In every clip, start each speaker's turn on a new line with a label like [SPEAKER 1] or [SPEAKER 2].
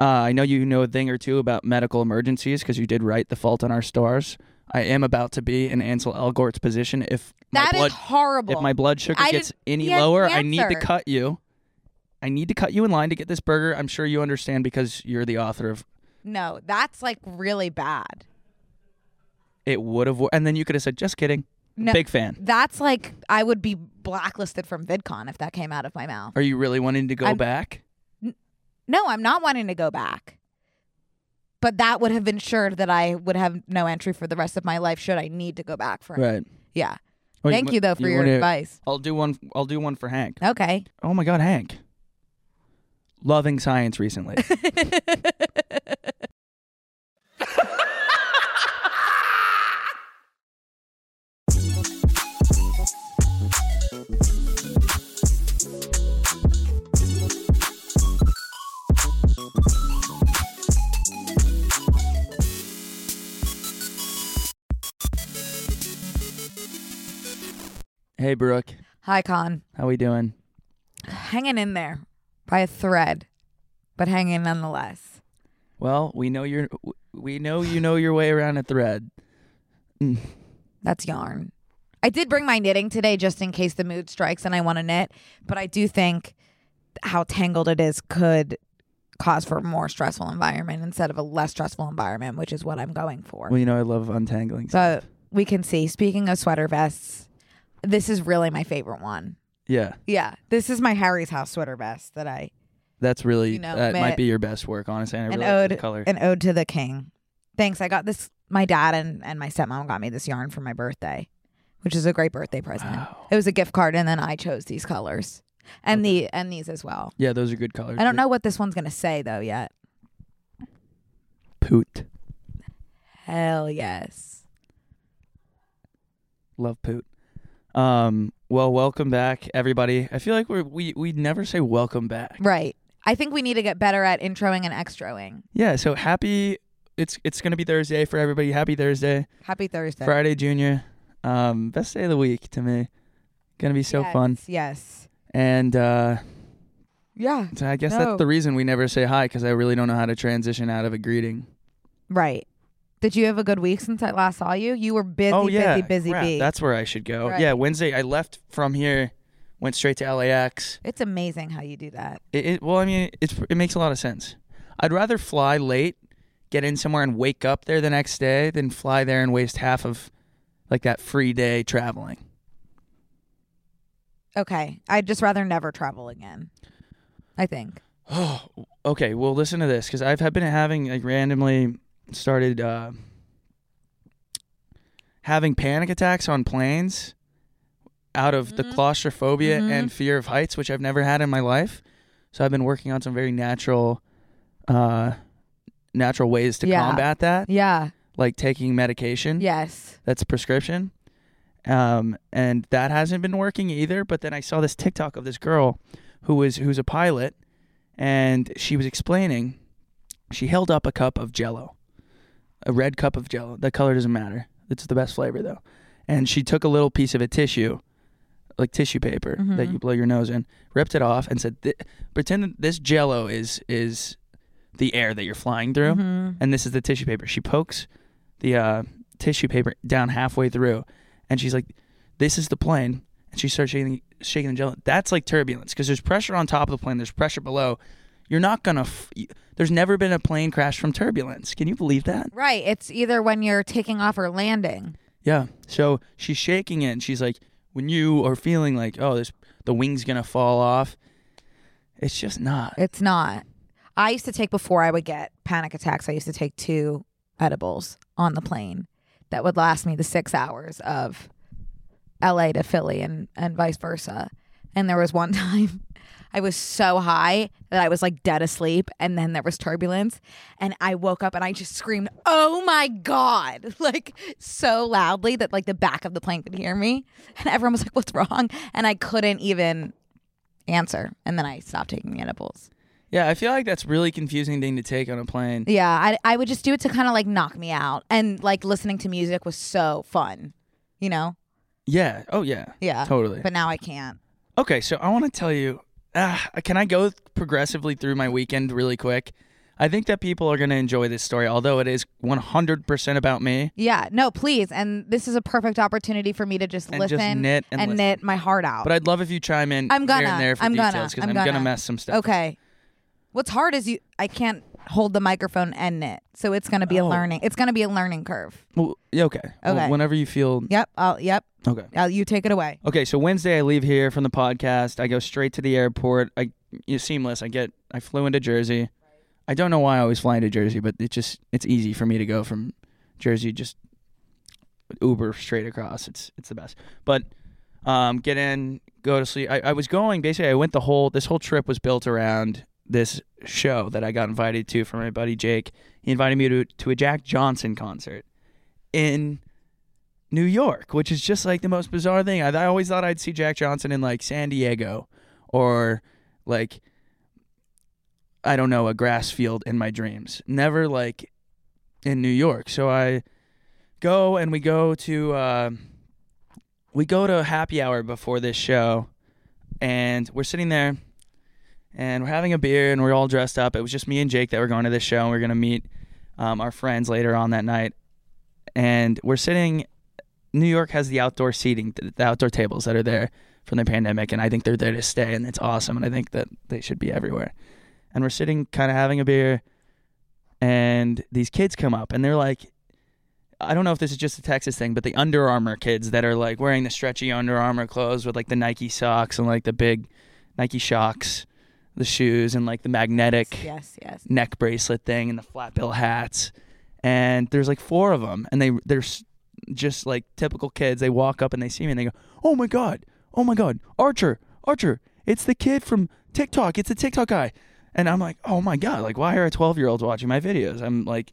[SPEAKER 1] uh, I know you know a thing or two about medical emergencies because you did write The Fault in Our Stars. I am about to be in Ansel Elgort's position. If
[SPEAKER 2] That
[SPEAKER 1] my
[SPEAKER 2] is
[SPEAKER 1] blood,
[SPEAKER 2] horrible.
[SPEAKER 1] If my blood sugar
[SPEAKER 2] I
[SPEAKER 1] gets
[SPEAKER 2] didn't-
[SPEAKER 1] any
[SPEAKER 2] he had
[SPEAKER 1] lower, I need to
[SPEAKER 2] cancer.
[SPEAKER 1] cut you. I need to cut you in line to get this burger. I'm sure you understand because you're the author of
[SPEAKER 2] No, that's like really bad.
[SPEAKER 1] it would have. And then you could have said, just kidding.
[SPEAKER 2] No,
[SPEAKER 1] Big fan.
[SPEAKER 2] That's like I would be blacklisted from VidCon if that came out of my mouth.
[SPEAKER 1] Are you really wanting to go
[SPEAKER 2] I'm-
[SPEAKER 1] back?
[SPEAKER 2] No, I'm not wanting to go back. But that would have ensured that I would have no entry for the rest of my life should I need to go back for it.
[SPEAKER 1] Right.
[SPEAKER 2] Yeah.
[SPEAKER 1] Wait,
[SPEAKER 2] Thank
[SPEAKER 1] what-
[SPEAKER 2] you though for
[SPEAKER 1] you
[SPEAKER 2] your
[SPEAKER 1] wanna-
[SPEAKER 2] advice.
[SPEAKER 1] I'll do one. I'll do one for Hank.
[SPEAKER 2] Okay.
[SPEAKER 1] Oh my God, Hank. Loving science recently. hey, Brooke.
[SPEAKER 2] Hi Con.
[SPEAKER 1] How we doing?
[SPEAKER 2] Hanging in there by a thread, but hanging nonetheless.
[SPEAKER 1] Well, we know you're. w- We know you know your way around a thread.
[SPEAKER 2] That's yarn. I did bring my knitting today just in case the mood strikes and I want to knit, but I do think how tangled it is could cause for a more stressful environment instead of a less stressful environment, which is what I'm going for.
[SPEAKER 1] Well, you know I love untangling.
[SPEAKER 2] So
[SPEAKER 1] stuff.
[SPEAKER 2] we can see. Speaking of sweater vests, this is really my favorite one.
[SPEAKER 1] yeah,
[SPEAKER 2] Yeah, this is my Harry's house sweater vest that I
[SPEAKER 1] that's really
[SPEAKER 2] You know,
[SPEAKER 1] that
[SPEAKER 2] ma-
[SPEAKER 1] might be your best work, honestly. And I
[SPEAKER 2] an
[SPEAKER 1] really like
[SPEAKER 2] ode
[SPEAKER 1] the color.
[SPEAKER 2] an ode to the king. Thanks, I got this. My dad and and my stepmom got me this yarn for my birthday, which is a great birthday present.
[SPEAKER 1] Wow.
[SPEAKER 2] It was a gift card, and then I chose these colors and the and these as well.
[SPEAKER 1] yeah, those are good colors.
[SPEAKER 2] I don't know what this one's gonna say though yet.
[SPEAKER 1] Poot,
[SPEAKER 2] Hell yes.
[SPEAKER 1] love poot. Um. Well, welcome back, everybody. I feel like we're, we we never say welcome back.
[SPEAKER 2] Right. I think we need to get better at introing and extroing.
[SPEAKER 1] Yeah. So happy. It's it's gonna be Thursday for everybody. Happy Thursday.
[SPEAKER 2] Happy Thursday.
[SPEAKER 1] Friday, Junior. Um, best day of the week to me. Gonna be so
[SPEAKER 2] Yes,
[SPEAKER 1] fun.
[SPEAKER 2] Yes.
[SPEAKER 1] And uh,
[SPEAKER 2] Yeah.
[SPEAKER 1] so I guess
[SPEAKER 2] No.
[SPEAKER 1] that's the reason we never say hi because I really don't know how to transition out of a greeting.
[SPEAKER 2] Right. Did you have a good week since I last saw you? You were busy,
[SPEAKER 1] oh yeah,
[SPEAKER 2] busy, busy
[SPEAKER 1] crap,
[SPEAKER 2] bee.
[SPEAKER 1] That's where I should go.
[SPEAKER 2] Right.
[SPEAKER 1] Yeah, Wednesday I left from here, went straight to LAX.
[SPEAKER 2] it's amazing how you do that.
[SPEAKER 1] It, it, well, I mean, it's it makes a lot of sense. I'd rather fly late, get in somewhere and wake up there the next day than fly there and waste half of like that free day traveling.
[SPEAKER 2] Okay. I'd just rather never travel again. I think.
[SPEAKER 1] Oh, okay. Well, listen to this because I've had been having like randomly started uh, having panic attacks on planes out of
[SPEAKER 2] Mm-hmm.
[SPEAKER 1] the claustrophobia and fear of heights, which I've never had in my life. So I've been working on some very natural, uh, natural ways to
[SPEAKER 2] Yeah.
[SPEAKER 1] combat that,
[SPEAKER 2] Yeah.
[SPEAKER 1] like taking medication
[SPEAKER 2] Yes.
[SPEAKER 1] that's prescription. Um, and that hasn't been working either. But then I saw this TikTok of this girl who was who's a pilot, and she was explaining. She held up a cup of Jello, a red cup of Jello. The color doesn't matter. It's the best flavor though. And she took a little piece of a tissue, like tissue paper that you blow your nose in, ripped it off, and said, "Th- "Pretend that this Jello is is the air that you're flying through,
[SPEAKER 2] Mm-hmm.
[SPEAKER 1] and this is the tissue paper." She pokes the uh, tissue paper down halfway through, and she's like, "This is the plane." And she starts shaking, shaking the jello. That's like turbulence because there's pressure on top of the plane. There's pressure below. You're not gonna. F- y- there's never been a plane crash from turbulence. Can you believe that?
[SPEAKER 2] Right. It's either when you're taking off or landing.
[SPEAKER 1] Yeah. So she's shaking it, and she's like, "When you are feeling like, oh, this the wing's gonna fall off, it's just not."
[SPEAKER 2] It's not. I used to take before I would get panic attacks, I used to take two edibles on the plane that would last me the six hours of LA to Philly and, and vice versa. And there was one time I was so high that I was like dead asleep. And then there was turbulence. And I woke up and I just screamed, Oh my God, like so loudly that like the back of the plane could hear me. And everyone was like, What's wrong? And I couldn't even answer. And then I stopped taking the edibles.
[SPEAKER 1] Yeah, I feel like that's really confusing thing to take on a plane.
[SPEAKER 2] Yeah, I, I would just do it to kind of like knock me out. And like listening to music was so fun, you know?
[SPEAKER 1] Yeah. Oh yeah.
[SPEAKER 2] Yeah.
[SPEAKER 1] Totally.
[SPEAKER 2] But now I can't.
[SPEAKER 1] Okay, so I want to tell you. Uh, can I go progressively through my weekend really quick? I think that people are going to enjoy this story, although it is 100% about me.
[SPEAKER 2] Yeah, no, please. And this is a perfect opportunity for me to just
[SPEAKER 1] And just
[SPEAKER 2] listen
[SPEAKER 1] knit and listen.
[SPEAKER 2] knit my heart out.
[SPEAKER 1] But I'd love if you chime in
[SPEAKER 2] I'm gonna.
[SPEAKER 1] here and there for
[SPEAKER 2] I'm gonna.
[SPEAKER 1] details because
[SPEAKER 2] I'm
[SPEAKER 1] I'm, going to
[SPEAKER 2] gonna.
[SPEAKER 1] mess some stuff. up.
[SPEAKER 2] okay. What's hard is you I can't hold the microphone and knit. So it's going to be a
[SPEAKER 1] Oh.
[SPEAKER 2] learning. It's going to be a learning curve.
[SPEAKER 1] Well, yeah, okay. Well,
[SPEAKER 2] Okay.
[SPEAKER 1] whenever you feel
[SPEAKER 2] Yep. I'll, yep.
[SPEAKER 1] okay.
[SPEAKER 2] i you take it away.
[SPEAKER 1] Okay, so Wednesday I leave here from the podcast. I go straight to the airport. I you know, seamless. I get I flew into Jersey. I don't know why I always fly into Jersey, but it just it's easy for me to go from Jersey just Uber straight across. It's it's the best. But um, get in, go to sleep. I, I was going basically. I went the whole this whole trip was built around this show that I got invited to from my buddy Jake. He invited me to to a Jack Johnson concert in New York, which is just like the most bizarre thing. I, I always thought I'd see Jack Johnson in like San Diego or like I don't know, a grass field in my dreams. Never like in New York. So I go and we go to uh, we go to a happy hour before this show and we're sitting there and we're having a beer and we're all dressed up. It was just me and Jake that were going to this show and we are gonna meet um, our friends later on that night. And we're sitting New York has the outdoor seating, th- the outdoor tables that are there from the pandemic, and I think they're there to stay, and it's awesome, and I think that they should be everywhere. And we're sitting, kind of having a beer, and these kids come up, and they're like, I don't know if this is just a Texas thing, but the Under Armour kids that are like wearing the stretchy Under Armour clothes with like the Nike socks and like the big Nike shocks, the shoes, and like the magnetic
[SPEAKER 2] Yes, yes.
[SPEAKER 1] neck bracelet thing and the flat bill hats. And there's like four of them, and they they're s- just like typical kids. They walk up and they see me and they go, "Oh my god, oh my god, Archer, Archer, it's the kid from TikTok, it's the TikTok guy." And I'm like, "Oh my god, like why are 12 year olds watching my videos?" I'm like,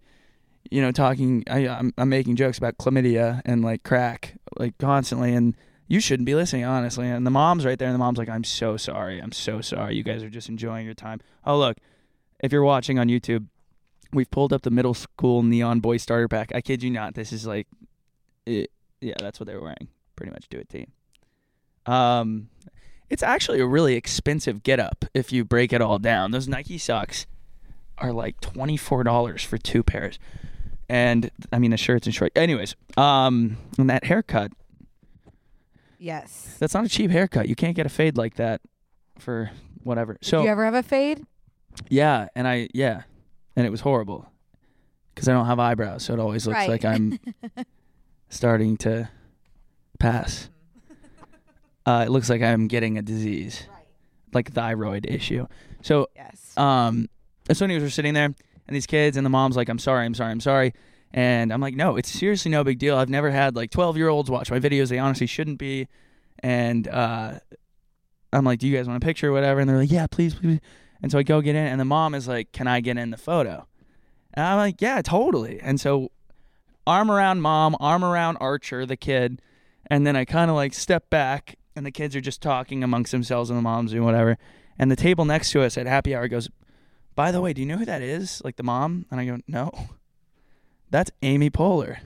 [SPEAKER 1] you know, talking, I, I'm I'm making jokes about chlamydia and like crack like constantly, and you shouldn't be listening honestly. And the mom's right there, and the mom's like, "I'm so sorry, I'm so sorry. You guys are just enjoying your time." Oh look, if you're watching on YouTube, we've pulled up the middle school neon boy starter pack. I kid you not, this is like, it, yeah, that's what they were wearing, pretty much to a T. Um, it's actually a really expensive getup if you break it all down. Those Nike socks are like twenty four dollars for two pairs, and I mean the shirts and shorts. Anyways, um, and that haircut,
[SPEAKER 2] Yes.
[SPEAKER 1] that's not a cheap haircut. You can't get a fade like that for whatever. So
[SPEAKER 2] Did you ever have a fade?
[SPEAKER 1] Yeah, and I yeah, and it was horrible because I don't have eyebrows, so it always looks
[SPEAKER 2] Right.
[SPEAKER 1] like I'm starting to pass. Uh, it looks like I'm getting a disease, like thyroid issue. So
[SPEAKER 2] Yes.
[SPEAKER 1] um, so anyways, we're sitting there, and these kids and the mom's like, "I'm sorry, I'm sorry, I'm sorry," and I'm like, "No, it's seriously no big deal. I've never had like 12 year olds watch my videos. They honestly shouldn't be." And uh, I'm like, "Do you guys want a picture or whatever?" And they're like, "Yeah, please, please." And so I go get in, and the mom is like, "Can I get in the photo?" And I'm like, "Yeah, totally." And so arm around mom, arm around Archer, the kid, and then I kind of like step back, and the kids are just talking amongst themselves and the moms and whatever. And the table next to us at happy hour goes, "By the way, do you know who that is?" Like the mom, and I go, "No, that's Amy Poehler."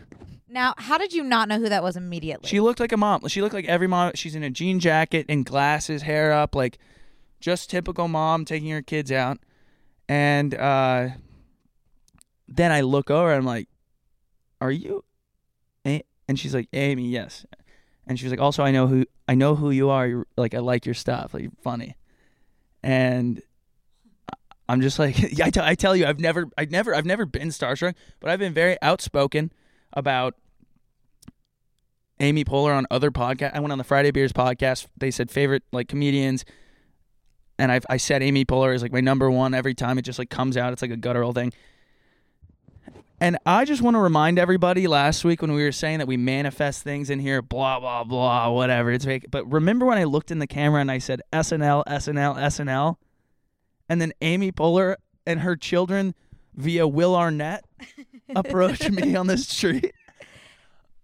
[SPEAKER 2] now, how did you not know who that was immediately?
[SPEAKER 1] She looked like a mom. She looked like every mom. She's in a jean jacket and glasses, hair up, like just typical mom taking her kids out. And uh, then I look over and I'm like, "Are you?" A-? And she's like, "Amy, yes." And she was like, "Also, I know who I know who you are. You're, like, I like your stuff. Like, you're funny." And I- I'm just like, I tell- I tell you, I've never, I never, I've never been starstruck, but I've been very outspoken about Amy Poehler on other podcasts. I went on the Friday Beers podcast. They said favorite like comedians, and I've, I said Amy Poehler is like my number one every time. It just like comes out. It's like a guttural thing. And I just want to remind everybody last week when we were saying that we manifest things in here, blah, blah, blah, whatever. It's fake. But remember when I looked in the camera and I said SNL, SNL, SNL? And then Amy Poehler and her children via Will Arnett approached me on the street.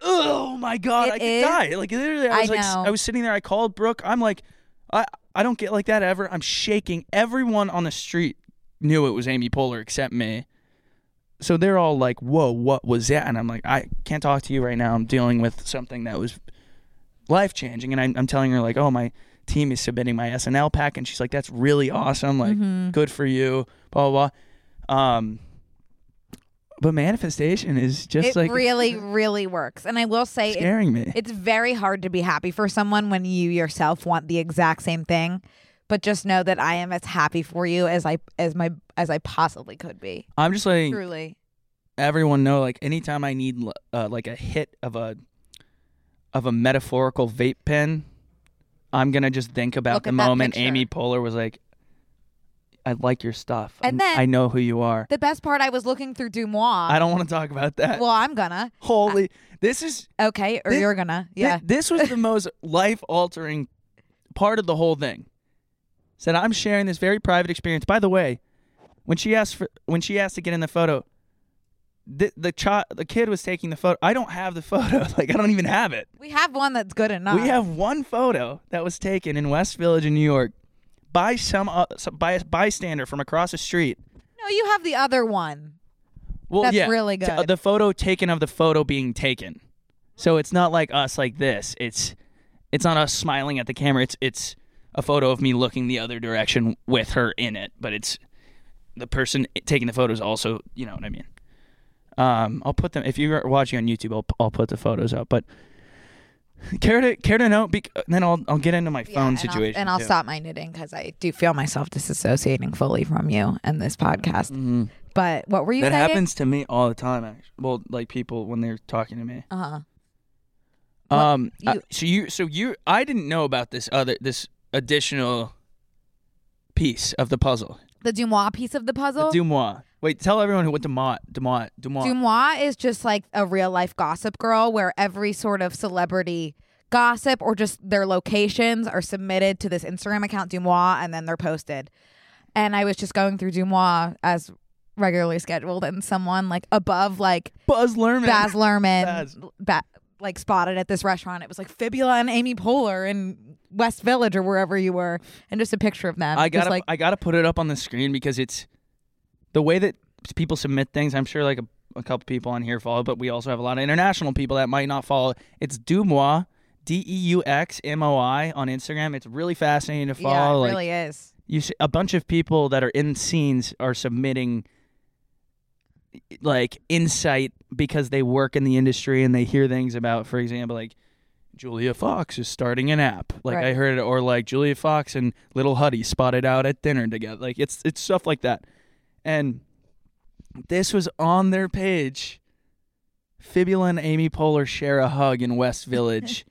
[SPEAKER 1] Oh my God,
[SPEAKER 2] It
[SPEAKER 1] I could
[SPEAKER 2] is-
[SPEAKER 1] die. Like literally, I
[SPEAKER 2] I
[SPEAKER 1] was like,
[SPEAKER 2] know.
[SPEAKER 1] I was sitting there. I called Brooke. I'm like, I I don't get like that ever. I'm shaking. Everyone on the street knew it was Amy Poehler except me. So they're all like, "Whoa, what was that?" And I'm like, "I can't talk to you right now. I'm dealing with something that was life changing." And I'm, I'm telling her like, "Oh, my team is submitting my SNL pack," and she's like, "That's really awesome. Like,
[SPEAKER 2] Mm-hmm.
[SPEAKER 1] good for you." Blah blah. blah. Um, but manifestation is just
[SPEAKER 2] it
[SPEAKER 1] like uh,
[SPEAKER 2] really, really works. And I will say, it-
[SPEAKER 1] scaring me.
[SPEAKER 2] it's very hard to be happy for someone when you yourself want the exact same thing. But just know that I am as happy for you as I as my as I possibly could be.
[SPEAKER 1] I'm just letting
[SPEAKER 2] Truly,
[SPEAKER 1] everyone know like anytime I need l- uh, like a hit of a of a metaphorical vape pen, I'm gonna just think about
[SPEAKER 2] Look
[SPEAKER 1] the
[SPEAKER 2] at that
[SPEAKER 1] moment
[SPEAKER 2] picture.
[SPEAKER 1] Amy Poehler was like, "I like your stuff, I
[SPEAKER 2] And
[SPEAKER 1] kn-
[SPEAKER 2] then-
[SPEAKER 1] I know who you are."
[SPEAKER 2] the best part I was looking through Dumois.
[SPEAKER 1] I don't want to talk about that.
[SPEAKER 2] well, I'm gonna.
[SPEAKER 1] Holy, this is thi-
[SPEAKER 2] Okay, or
[SPEAKER 1] Thi-
[SPEAKER 2] you're gonna. Yeah.
[SPEAKER 1] this was the most life altering part of the whole thing. Said I'm sharing this very private experience. By the way, when she asked for when she asked to get in the photo, the the child the kid was taking the photo. I don't have the photo. Like I don't even have it.
[SPEAKER 2] we have one that's good enough.
[SPEAKER 1] We have one photo that was taken in West Village in New York by some, uh, some by a bystander from across the street.
[SPEAKER 2] No, you have the other one.
[SPEAKER 1] Well,
[SPEAKER 2] That's
[SPEAKER 1] yeah,
[SPEAKER 2] really
[SPEAKER 1] t- uh,
[SPEAKER 2] good.
[SPEAKER 1] the photo taken of the photo being taken. So it's not like us like this. It's it's not us smiling at the camera. It's it's a photo of me looking the other direction with her in it, but it's the person taking the photos also, you know what I mean. Um, I'll put them if you're watching on YouTube. I'll I'll put the photos up, but care to care to know? Bec- then I'll I'll get into my
[SPEAKER 2] Yeah,
[SPEAKER 1] phone
[SPEAKER 2] and I'll-
[SPEAKER 1] situation
[SPEAKER 2] and I'll
[SPEAKER 1] too.
[SPEAKER 2] stop my knitting because I do feel myself disassociating fully from you and this podcast. But what were you
[SPEAKER 1] Mm-hmm. That
[SPEAKER 2] saying?
[SPEAKER 1] happens to me all the time. Actually, well, like people when they're talking to me.
[SPEAKER 2] Uh huh. What-
[SPEAKER 1] Um. uh,
[SPEAKER 2] you-
[SPEAKER 1] so you. So you. I didn't know about this other. This additional piece of the puzzle.
[SPEAKER 2] The Dumois piece of the puzzle.
[SPEAKER 1] the Dumois. Wait. Tell everyone what Dumois. Dumois. Dumois.
[SPEAKER 2] Dumois is just like a real life gossip girl where every sort of celebrity gossip or just their locations are submitted to this Instagram account, Dumois, and then they're posted. And I was just going through Dumois as regularly scheduled, and someone like above like
[SPEAKER 1] Buzz Lerman.
[SPEAKER 2] Baz Luhrmann,
[SPEAKER 1] Baz.
[SPEAKER 2] Ba- like spotted at this restaurant. It was like Fibula and Amy Poehler in West Village or wherever you were, and just a picture of them.
[SPEAKER 1] I
[SPEAKER 2] Just
[SPEAKER 1] gotta.
[SPEAKER 2] like
[SPEAKER 1] I gotta put it up on the screen because it's the way that people submit things. I'm sure like a, a couple people on here follow, but we also have a lot of international people that might not follow. It's Dumois. D E U X M O I on Instagram. It's really fascinating to follow.
[SPEAKER 2] yeah, it
[SPEAKER 1] like,
[SPEAKER 2] really is.
[SPEAKER 1] you see, a bunch of people that are in scenes are submitting like insight because they work in the industry and they hear things about for example like Julia Fox is starting an app like
[SPEAKER 2] Right.
[SPEAKER 1] I heard it or like Julia Fox and Little Huddy spotted out at dinner together like it's it's stuff like that and this was on their page Fibula and Amy Poehler share a hug in West Village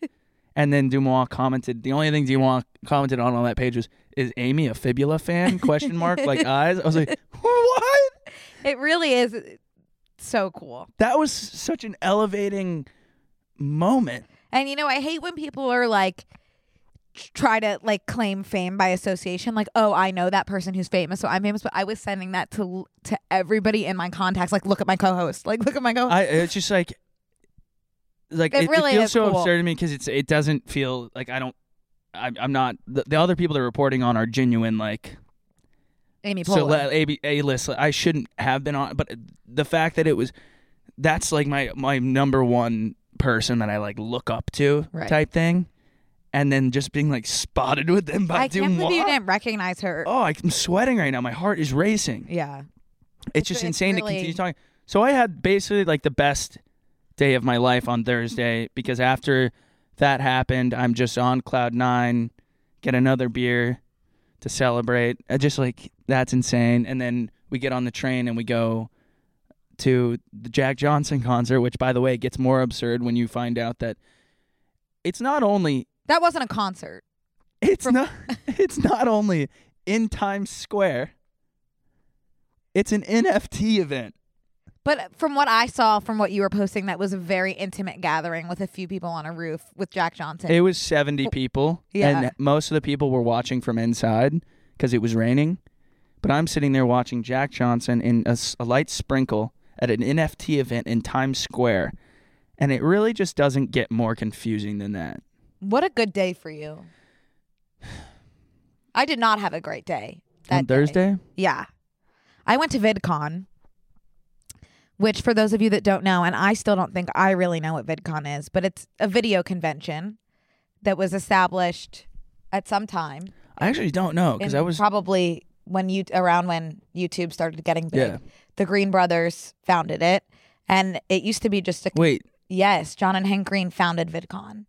[SPEAKER 1] and then Dumois commented. The only thing Dumois commented on on that page was, "Is Amy a fibula fan?" Question mark like eyes. I was like, "What?"
[SPEAKER 2] It really is so cool.
[SPEAKER 1] That was such an elevating moment.
[SPEAKER 2] And you know, I hate when people are like t- try to like claim fame by association like oh i know that person who's famous so i'm famous but i was sending that to to everybody in my contacts like look at my co-host like look at my co-host
[SPEAKER 1] I it's just like, like
[SPEAKER 2] Oh. It
[SPEAKER 1] it,
[SPEAKER 2] really
[SPEAKER 1] feels
[SPEAKER 2] is
[SPEAKER 1] so
[SPEAKER 2] cool.
[SPEAKER 1] absurd to me because it's it doesn't feel like I don't. I'm, I'm not the, the other people they're reporting on are genuine like
[SPEAKER 2] amy Poehler.
[SPEAKER 1] so le- A- A list. I shouldn't have been on, but the fact that it was that's like my my number one person that I like look up to
[SPEAKER 2] Right.
[SPEAKER 1] type thing, and then just being like spotted with them by
[SPEAKER 2] i can't
[SPEAKER 1] Dumois.
[SPEAKER 2] believe you didn't recognize her
[SPEAKER 1] Oh, I'm sweating right now. My heart is racing.
[SPEAKER 2] yeah
[SPEAKER 1] It's just
[SPEAKER 2] it's
[SPEAKER 1] insane to
[SPEAKER 2] really-
[SPEAKER 1] continue talking. So I had basically like the best day of my life on Thursday because after that happened, I'm just on cloud nine, get another beer to celebrate. I just like that's insane. And then we get on the train and we go to the Jack Johnson concert, which by the way gets more absurd when you find out that it's not only
[SPEAKER 2] that wasn't a concert
[SPEAKER 1] it's
[SPEAKER 2] From-
[SPEAKER 1] not it's not only in Times Square. It's an NFT event.
[SPEAKER 2] But uh, from what I saw, from what you were posting, that was a very intimate gathering with a few people on a roof with Jack Johnson.
[SPEAKER 1] It was 70 people,
[SPEAKER 2] Yeah.
[SPEAKER 1] and most of the people were watching from inside because it was raining. But I'm sitting there watching Jack Johnson in a, s- a light sprinkle at an NFT event in Times Square, and it really just doesn't get more confusing than that.
[SPEAKER 2] what a good day for you. I did not have a great day that
[SPEAKER 1] On
[SPEAKER 2] day.
[SPEAKER 1] Thursday,
[SPEAKER 2] Yeah. I went to VidCon, which for those of you that don't know, and I still don't think I really know what VidCon is, but it's a video convention that was established at some time.
[SPEAKER 1] I actually don't know because
[SPEAKER 2] in
[SPEAKER 1] Oh, I was
[SPEAKER 2] probably when you around when YouTube started getting big.
[SPEAKER 1] Yeah.
[SPEAKER 2] The Green brothers founded it. And it used to be just a
[SPEAKER 1] wait.
[SPEAKER 2] Yes, John and Hank Green founded VidCon.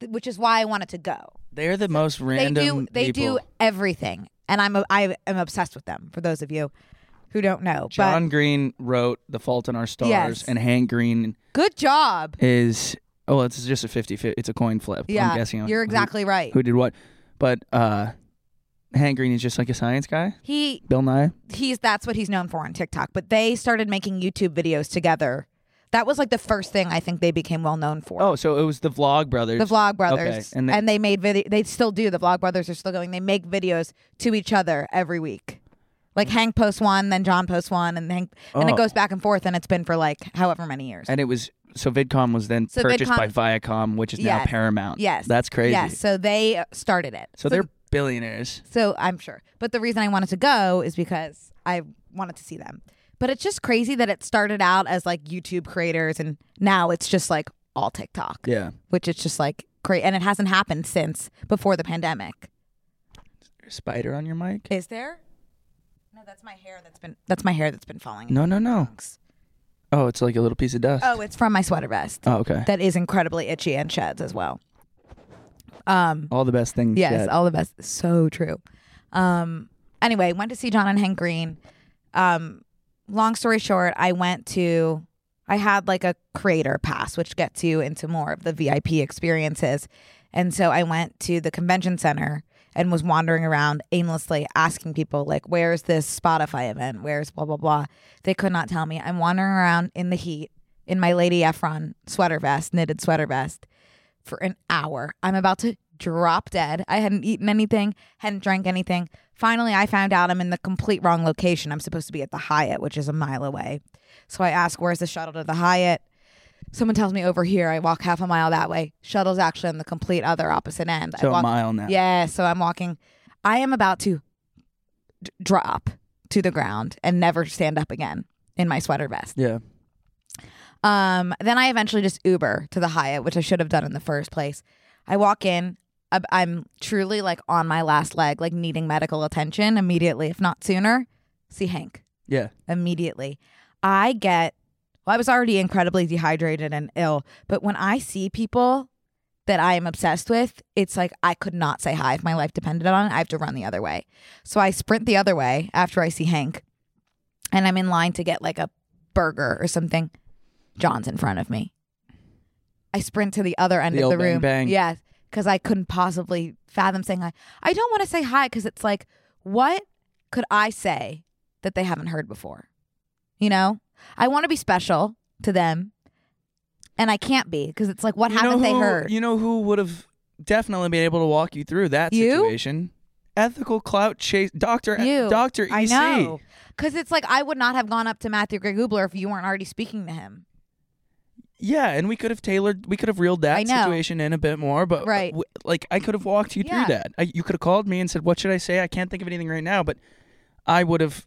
[SPEAKER 2] Th- Which is why I wanted to go.
[SPEAKER 1] They're the most random.
[SPEAKER 2] they do they
[SPEAKER 1] people.
[SPEAKER 2] do everything. And I'm a, I am obsessed with them for those of you who don't know.
[SPEAKER 1] John Green wrote The Fault in Our Stars,
[SPEAKER 2] Yes.
[SPEAKER 1] and Hank Green
[SPEAKER 2] but good job.
[SPEAKER 1] is oh, it's just a 50 It's a coin flip.
[SPEAKER 2] yeah.
[SPEAKER 1] I'm guessing on
[SPEAKER 2] you're
[SPEAKER 1] who-
[SPEAKER 2] exactly right.
[SPEAKER 1] who did what. But uh Hank Green is just like a science guy.
[SPEAKER 2] he
[SPEAKER 1] Bill Nye.
[SPEAKER 2] he's that's what he's known for on TikTok. But they started making YouTube videos together. That was like the first thing I think they became well known for.
[SPEAKER 1] Oh, so it was the Vlog Brothers.
[SPEAKER 2] the Vlog Brothers,
[SPEAKER 1] Okay,
[SPEAKER 2] and,
[SPEAKER 1] and
[SPEAKER 2] they,
[SPEAKER 1] they-
[SPEAKER 2] made video. They still do. The Vlog Brothers are still going. They make videos to each other every week. Like Hank posts one, then John posts one, and Hank, and it
[SPEAKER 1] Oh.
[SPEAKER 2] goes back and forth, and it's been for like however many years.
[SPEAKER 1] And it was so VidCon was then
[SPEAKER 2] So
[SPEAKER 1] purchased
[SPEAKER 2] VidCon-
[SPEAKER 1] by Viacom, which is now
[SPEAKER 2] Yes.
[SPEAKER 1] Paramount.
[SPEAKER 2] yes,
[SPEAKER 1] that's crazy.
[SPEAKER 2] Yes, so they started it.
[SPEAKER 1] So they're billionaires.
[SPEAKER 2] So I'm sure. But the reason I wanted to go is because I wanted to see them. But it's just crazy that it started out as like YouTube creators and now it's just like all TikTok.
[SPEAKER 1] Yeah,
[SPEAKER 2] Which is just like great and it hasn't happened since before the pandemic.
[SPEAKER 1] spider on your mic.
[SPEAKER 2] Is there? No, that's my hair that's been that's my hair that's been falling.
[SPEAKER 1] No, no, no.
[SPEAKER 2] Thanks.
[SPEAKER 1] Oh, it's like a little piece of dust.
[SPEAKER 2] Oh, it's from my sweater vest.
[SPEAKER 1] Oh, okay.
[SPEAKER 2] That is incredibly itchy and sheds as well. Um
[SPEAKER 1] All the best things.
[SPEAKER 2] Yes,
[SPEAKER 1] yet.
[SPEAKER 2] all the best. So true. Um, anyway, went to see John and Hank Green. Um, long story short, I went to, I had like a creator pass, which gets you into more of the VIP experiences. And so I went to the convention center and was wandering around aimlessly asking people, like, where's this Spotify event? Where's blah, blah, blah. They could not tell me. I'm wandering around in the heat in my Lady Efron sweater vest, knitted sweater vest for an hour. I'm about to drop dead. I hadn't eaten anything, hadn't drank anything. Finally, I found out I'm in the complete wrong location. I'm supposed to be at the Hyatt, which is a mile away. So I ask, where's the shuttle to the Hyatt? Someone tells me over here. I walk half a mile that way. Shuttle's actually on the complete other opposite end. I
[SPEAKER 1] So a
[SPEAKER 2] walk-
[SPEAKER 1] mile now.
[SPEAKER 2] yeah, so I'm walking. I am about to d- drop to the ground and never stand up again in my sweater vest.
[SPEAKER 1] Yeah.
[SPEAKER 2] Um, then I eventually just Uber to the Hyatt, which I should have done in the first place. I walk in. I- I'm truly like on my last leg, like needing medical attention immediately, if not sooner. See Hank
[SPEAKER 1] Yeah.
[SPEAKER 2] immediately. I get, well, I was already incredibly dehydrated and ill, but when I see people that I am obsessed with, it's like I could not say hi if my life depended on it. I have to run the other way. So I sprint the other way after I see Hank, and I'm in line to get like a burger or something. John's in front of me. I sprint to the other end
[SPEAKER 1] The
[SPEAKER 2] of
[SPEAKER 1] old
[SPEAKER 2] the
[SPEAKER 1] bang
[SPEAKER 2] room.
[SPEAKER 1] bang.
[SPEAKER 2] Yeah, because I couldn't possibly fathom saying hi. I don't want to say hi because it's like, what could I say that they haven't heard before? You know, I want to be special to them, and I can't be because it's like, what
[SPEAKER 1] You know
[SPEAKER 2] haven't they
[SPEAKER 1] who-
[SPEAKER 2] heard?
[SPEAKER 1] You know who would have definitely been able to walk you through that
[SPEAKER 2] You?
[SPEAKER 1] situation? Ethical clout chase, Doctor,
[SPEAKER 2] you,
[SPEAKER 1] Doctor E EC.
[SPEAKER 2] I know, because it's like I would not have gone up to Matthew Gray Gubler if you weren't already speaking to him.
[SPEAKER 1] Yeah, and we could have tailored, we could have reeled
[SPEAKER 2] I
[SPEAKER 1] that
[SPEAKER 2] know.
[SPEAKER 1] situation in a bit more, but
[SPEAKER 2] Right.
[SPEAKER 1] w- like I could have walked you
[SPEAKER 2] Yeah.
[SPEAKER 1] through that. I, you could have called me and said, "What should I say? I can't think of anything right now," but I would have,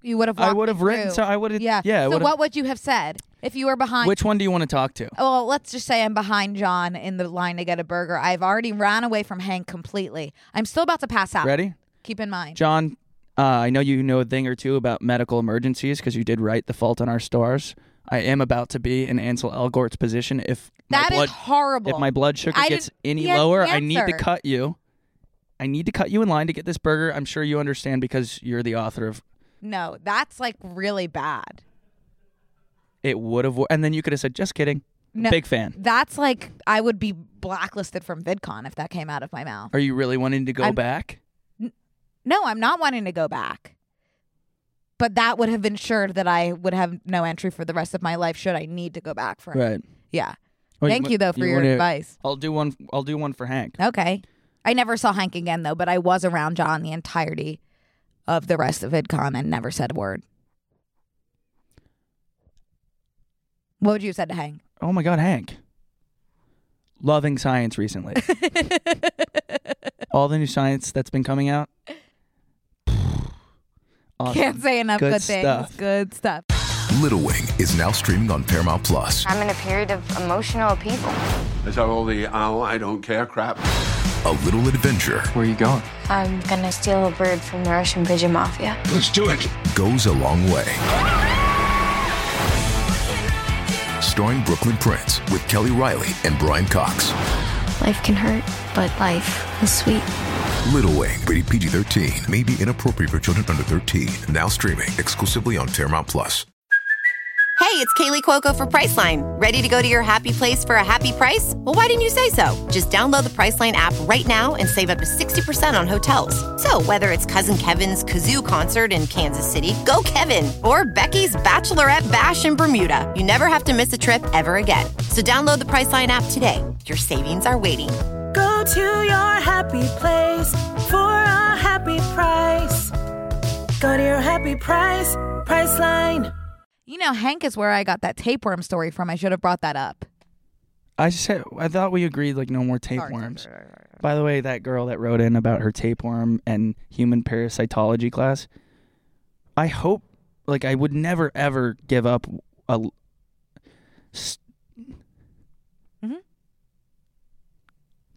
[SPEAKER 2] You would have.
[SPEAKER 1] I
[SPEAKER 2] walked
[SPEAKER 1] would have
[SPEAKER 2] me
[SPEAKER 1] written.
[SPEAKER 2] through.
[SPEAKER 1] So I would have,
[SPEAKER 2] yeah,
[SPEAKER 1] yeah, yeah. I
[SPEAKER 2] So
[SPEAKER 1] would've-
[SPEAKER 2] what would you have said if you were behind?
[SPEAKER 1] which one do you want to talk to?
[SPEAKER 2] well, let's just say I'm behind John in the line to get a burger. I've already ran away from Hank completely. I'm still about to pass out.
[SPEAKER 1] Ready,
[SPEAKER 2] Keep in mind.
[SPEAKER 1] John? Uh, I know you know a thing or two about medical emergencies because you did write "The Fault in Our Stars." I am about to be in Ansel Elgort's position if
[SPEAKER 2] That is
[SPEAKER 1] my blood
[SPEAKER 2] horrible.
[SPEAKER 1] If my blood sugar
[SPEAKER 2] I
[SPEAKER 1] gets
[SPEAKER 2] didn't-
[SPEAKER 1] any
[SPEAKER 2] he had
[SPEAKER 1] lower, I need to
[SPEAKER 2] cancer.
[SPEAKER 1] cut you. I need to cut you in line to get this burger. I'm sure you understand because you're the author of
[SPEAKER 2] no, that's like really bad.
[SPEAKER 1] it would have and then you could have said just kidding.
[SPEAKER 2] No.
[SPEAKER 1] Big fan.
[SPEAKER 2] That's like I would be blacklisted from VidCon if that came out of my mouth.
[SPEAKER 1] Are you really wanting to go
[SPEAKER 2] I'm-
[SPEAKER 1] back?
[SPEAKER 2] No, I'm not wanting to go back. but that would have ensured that I would have no entry for the rest of my life should I need to go back for it.
[SPEAKER 1] Right.
[SPEAKER 2] Yeah.
[SPEAKER 1] Well,
[SPEAKER 2] Thank you, though for your
[SPEAKER 1] wanna-
[SPEAKER 2] advice.
[SPEAKER 1] I'll do one. I'll do one for Hank.
[SPEAKER 2] Okay. I never saw Hank again though, but I was around John the entirety of the rest of VidCon and never said a word. What would you have said to Hank?
[SPEAKER 1] Oh my God, Hank. Loving science recently. All the new science that's been coming out. Awesome.
[SPEAKER 2] Can't say enough good,
[SPEAKER 1] Good
[SPEAKER 2] things.
[SPEAKER 1] stuff.
[SPEAKER 2] Good stuff.
[SPEAKER 3] Little Wing is now streaming on Paramount Plus.
[SPEAKER 4] I'm in a period of emotional upheaval.
[SPEAKER 5] Is that all the oh, I don't care crap?
[SPEAKER 3] A little adventure
[SPEAKER 6] Where are you going?
[SPEAKER 4] I'm gonna steal a bird from the Russian pigeon mafia.
[SPEAKER 5] Let's do it.
[SPEAKER 3] goes a long way. Starring Brooklyn Prince with Kelly Riley and Brian Cox.
[SPEAKER 4] Life can hurt, but life is sweet.
[SPEAKER 3] Little Wing, rated PG 13, may be inappropriate for children under 13. Now streaming exclusively on Paramount Plus.
[SPEAKER 7] Hey, it's Kaylee Cuoco for Priceline. Ready to go to your happy place for a happy price? Well, why didn't you say so? Just download the Priceline app right now and save up to 60% on hotels. So, whether it's Cousin Kevin's Kazoo concert in Kansas City, go Kevin, or Becky's Bachelorette Bash in Bermuda, you never have to miss a trip ever again. So, download the Priceline app today. Your savings are waiting.
[SPEAKER 8] Go to your happy place for a happy price. Go to your happy price, price line.
[SPEAKER 2] You know, Hank is where I got that tapeworm story from. I should have brought that up.
[SPEAKER 1] I said I thought we agreed like no more tapeworms. By the way, that girl that wrote in about her tapeworm and human parasitology class, I hope like I would never ever give up a l- s-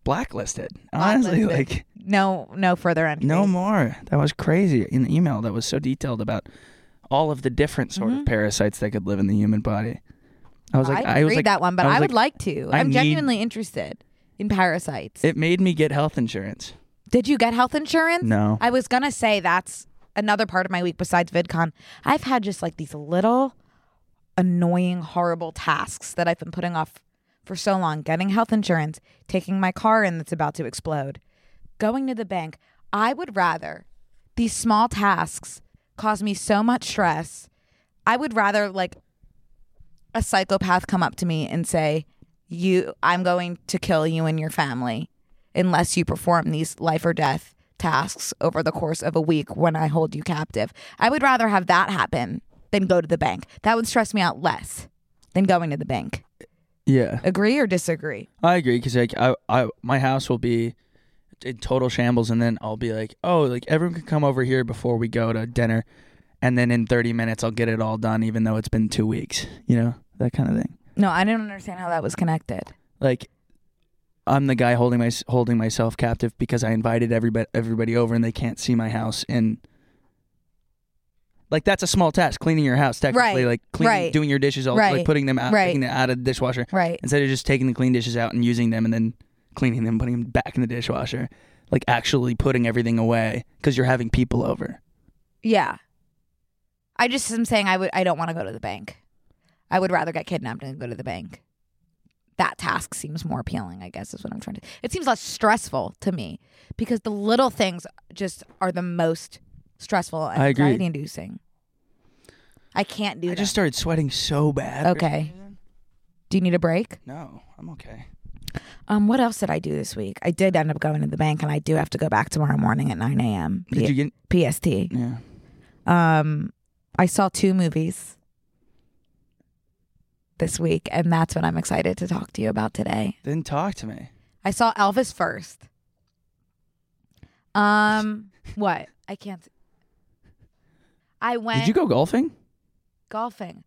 [SPEAKER 1] blacklisted. Honestly,
[SPEAKER 2] Mm-hmm. Blacklisted.
[SPEAKER 1] like
[SPEAKER 2] No, no further entry.
[SPEAKER 1] no more. That was crazy. An email that was so detailed about all of the different sort of parasites that could live in the human body. I was
[SPEAKER 2] Mm-hmm. I,
[SPEAKER 1] like,
[SPEAKER 2] didn't
[SPEAKER 1] I, was
[SPEAKER 2] read
[SPEAKER 1] like,
[SPEAKER 2] that one, but I,
[SPEAKER 1] was
[SPEAKER 2] would like to.
[SPEAKER 1] I
[SPEAKER 2] I'm
[SPEAKER 1] need-
[SPEAKER 2] genuinely interested in parasites.
[SPEAKER 1] It made me get health insurance.
[SPEAKER 2] Did you get health insurance?
[SPEAKER 1] No.
[SPEAKER 2] I was gonna say that's another part of my week besides VidCon. I've had just like these little annoying, horrible tasks that I've been putting off for so long. Getting health insurance, taking my car in that's about to explode, going to the bank. I would rather these small tasks cause me so much stress. I would rather like a psychopath come up to me and say, "You, I'm going to kill you and your family unless you perform these life or death tasks over the course of a week when I hold you captive." I would rather have that happen than go to the bank. That would stress me out less than going to the bank.
[SPEAKER 1] Yeah,
[SPEAKER 2] Agree or disagree?
[SPEAKER 1] I agree because like I, I, my house will be in total shambles, and then I'll be like, oh, like everyone can come over here before we go to dinner, and then in thirty minutes I'll get it all done, even though it's been two weeks. You know that kind of thing.
[SPEAKER 2] No, I didn't understand how that was connected.
[SPEAKER 1] Like I'm the guy holding my holding myself captive because I invited everybody everybody over and they can't see my house and. Like that's a small task, cleaning your house technically,
[SPEAKER 2] Right,
[SPEAKER 1] like cleaning,
[SPEAKER 2] right.
[SPEAKER 1] doing your dishes, all
[SPEAKER 2] Right,
[SPEAKER 1] like putting them out,
[SPEAKER 2] right.
[SPEAKER 1] taking them out of the dishwasher.
[SPEAKER 2] Right.
[SPEAKER 1] instead of just taking the clean dishes out and using them and then cleaning them, putting them back in the dishwasher, like actually putting everything away because you're having people over.
[SPEAKER 2] Yeah. I just am saying I would I don't want to go to the bank. I would rather get kidnapped than go to the bank. That task seems more appealing, I guess is what I'm trying to. It seems less stressful to me because the little things just are the most stressful and
[SPEAKER 1] I agree.
[SPEAKER 2] anxiety inducing. I can't
[SPEAKER 1] I
[SPEAKER 2] do that.
[SPEAKER 1] just started sweating so bad.
[SPEAKER 2] Okay. Do you need a break?
[SPEAKER 1] No, I'm okay.
[SPEAKER 2] Um, what else did I do this week? I did end up going to the bank, and I do have to go back tomorrow morning at 9 a.m.
[SPEAKER 1] Did you get?
[SPEAKER 2] PST?
[SPEAKER 1] Yeah.
[SPEAKER 2] Um, I saw two movies this week, and that's what I'm excited to talk to you about today.
[SPEAKER 1] Then talk to me.
[SPEAKER 2] I saw Elvis first. Um, what? I can't. I went
[SPEAKER 1] Did you go golfing?
[SPEAKER 2] golfing.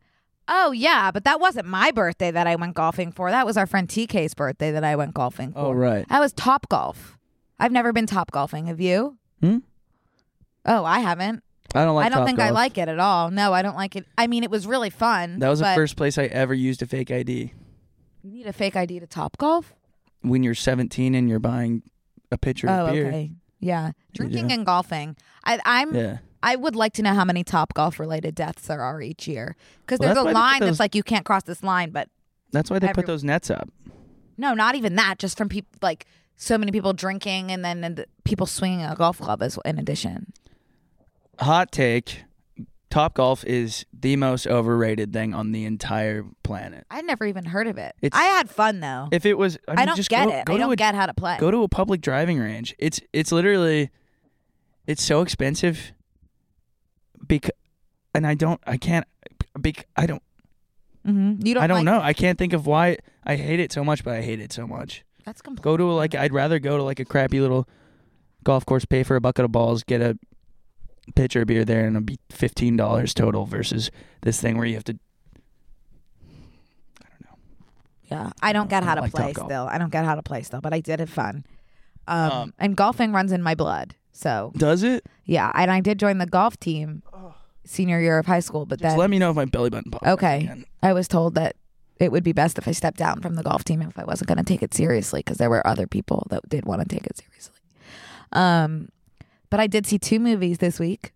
[SPEAKER 2] Oh yeah, but that wasn't my birthday that I went golfing for. That was our friend TK's birthday that I went golfing for.
[SPEAKER 1] Oh, right.
[SPEAKER 2] I was top golf. I've never been top golfing. Have you?
[SPEAKER 1] Hmm?
[SPEAKER 2] Oh, I haven't.
[SPEAKER 1] I don't like.
[SPEAKER 2] I don't think I
[SPEAKER 1] Topgolf.
[SPEAKER 2] like it at all. No, I don't like it. I mean, it was really fun.
[SPEAKER 1] That was the
[SPEAKER 2] but
[SPEAKER 1] first place I ever used a fake ID.
[SPEAKER 2] You need a fake ID to Top Golf.
[SPEAKER 1] When you're 17 and you're buying a pitcher
[SPEAKER 2] Oh,
[SPEAKER 1] of beer.
[SPEAKER 2] okay. Yeah, drinking
[SPEAKER 1] do.
[SPEAKER 2] and golfing. I, I'm.
[SPEAKER 1] Yeah.
[SPEAKER 2] I would like to know how many Top Golf related deaths there are each year because
[SPEAKER 1] Well, that's
[SPEAKER 2] there's
[SPEAKER 1] why they put
[SPEAKER 2] a line that's
[SPEAKER 1] those-
[SPEAKER 2] like you can't cross this line, but
[SPEAKER 1] That's why they
[SPEAKER 2] Every-
[SPEAKER 1] put those nets up.
[SPEAKER 2] no, not even that. Just from people like so many people drinking and then and the people swinging a golf club as in addition.
[SPEAKER 1] Hot take. Top golf is the most overrated thing on the entire planet.
[SPEAKER 2] I never even heard of it.
[SPEAKER 1] It's-
[SPEAKER 2] I had fun though.
[SPEAKER 1] If it was, I,
[SPEAKER 2] I,
[SPEAKER 1] mean,
[SPEAKER 2] don't
[SPEAKER 1] just
[SPEAKER 2] get
[SPEAKER 1] go,
[SPEAKER 2] it.
[SPEAKER 1] Go
[SPEAKER 2] I
[SPEAKER 1] to
[SPEAKER 2] don't
[SPEAKER 1] a,
[SPEAKER 2] get how to play.
[SPEAKER 1] Go to a public driving range. It's it's literally, it's so expensive. Because, and I don't, I can't, bec- I don't,
[SPEAKER 2] mm-hmm. You don't.
[SPEAKER 1] I don't
[SPEAKER 2] like-
[SPEAKER 1] know. I can't think of why I hate it so much, but I hate it so much.
[SPEAKER 2] That's complete.
[SPEAKER 1] Go to like, I'd rather go to like a crappy little golf course, pay for a bucket of balls, get a pitcher of beer there, and it'll be fifteen dollars total versus this thing where you have to.
[SPEAKER 2] Yeah, I don't get how to
[SPEAKER 1] like
[SPEAKER 2] play
[SPEAKER 1] Topgolf.
[SPEAKER 2] still. I don't get how to play still, but I did have fun. Um,
[SPEAKER 1] Um,
[SPEAKER 2] and golfing runs in my blood. So
[SPEAKER 1] Does it?
[SPEAKER 2] yeah, and I did join the golf team senior year of high school, but
[SPEAKER 1] Just
[SPEAKER 2] then
[SPEAKER 1] let me know if my belly button pops. out
[SPEAKER 2] Okay.
[SPEAKER 1] again.
[SPEAKER 2] I was told that it would be best if I stepped down from the golf team if I wasn't going to take it seriously because there were other people that did want to take it seriously. Um, but I did see two movies this week.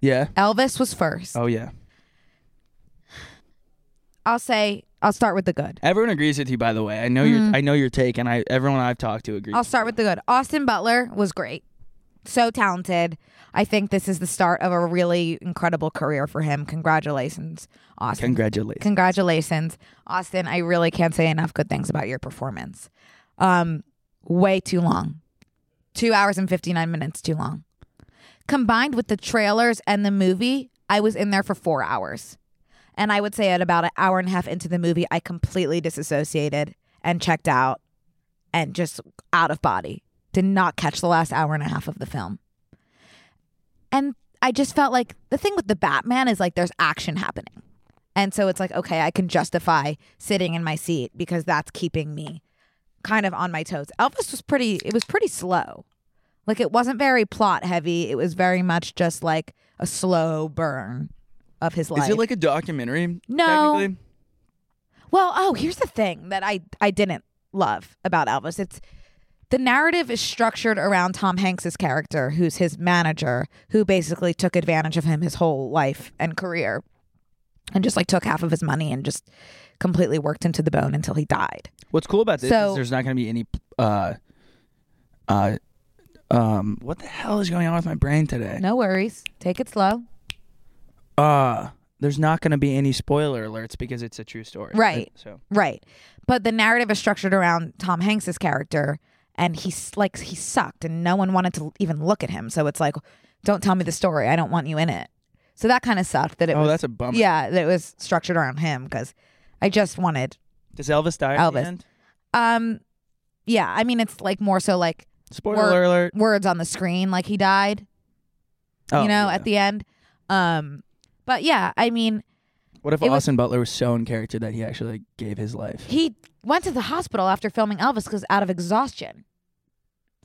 [SPEAKER 1] Yeah.
[SPEAKER 2] Elvis was first.
[SPEAKER 1] Oh yeah.
[SPEAKER 2] I'll say I'll start with the good.
[SPEAKER 1] Everyone agrees with you, by the way. I know
[SPEAKER 2] Mm-hmm.
[SPEAKER 1] your I know your take, and I everyone I've talked to agrees.
[SPEAKER 2] I'll start with the good. Austin Butler was great. So talented. I think this is the start of a really incredible career for him. Congratulations, Austin.
[SPEAKER 1] Congratulations.
[SPEAKER 2] Congratulations, Austin. I really can't say enough good things about your performance. Um, way too long. Two hours and 59 minutes too long. Combined with the trailers and the movie, I was in there for four hours. And I would say at about an hour and a half into the movie, I completely disassociated and checked out and just out of body. Did not catch the last hour and a half of the film. And I just felt like the thing with the Batman is like there's action happening. And so it's like, okay, I can justify sitting in my seat because that's keeping me kind of on my toes. Elvis was pretty, it was pretty slow. Like it wasn't very plot heavy. It was very much just like a slow burn of his life.
[SPEAKER 1] Is it like a documentary?
[SPEAKER 2] No.
[SPEAKER 1] Technically?
[SPEAKER 2] Well, oh, here's the thing that I I didn't love about Elvis. It's the narrative is structured around Tom Hanks's character, who's his manager, who basically took advantage of him his whole life and career, and just like took half of his money and just completely worked him to the bone until he died.
[SPEAKER 1] What's cool about this
[SPEAKER 2] So-
[SPEAKER 1] is there's not going to be any. Uh, uh, um, what the hell is going on with my brain today?
[SPEAKER 2] No worries, take it slow.
[SPEAKER 1] Uh, there's not going to be any spoiler alerts because it's a true story.
[SPEAKER 2] Right.
[SPEAKER 1] So
[SPEAKER 2] Right. But the narrative is structured around Tom Hanks's character and he's like he sucked and no one wanted to even look at him. So it's like don't tell me the story. I don't want you in it. So that kind of sucked that it
[SPEAKER 1] Oh,
[SPEAKER 2] was
[SPEAKER 1] that's a bummer.
[SPEAKER 2] Yeah, that it was structured around him cuz I just wanted
[SPEAKER 1] does Elvis die? At
[SPEAKER 2] Elvis.
[SPEAKER 1] the end?
[SPEAKER 2] um yeah, I mean it's like more so like
[SPEAKER 1] Spoiler
[SPEAKER 2] Wor-
[SPEAKER 1] alert.
[SPEAKER 2] words on the screen like he died,
[SPEAKER 1] Oh,
[SPEAKER 2] you know,
[SPEAKER 1] yeah.
[SPEAKER 2] at the end. Um but yeah, I mean
[SPEAKER 1] what if
[SPEAKER 2] it was-
[SPEAKER 1] Austin Butler was so in character that he actually gave his life?
[SPEAKER 2] He went to the hospital after filming Elvis because out of exhaustion.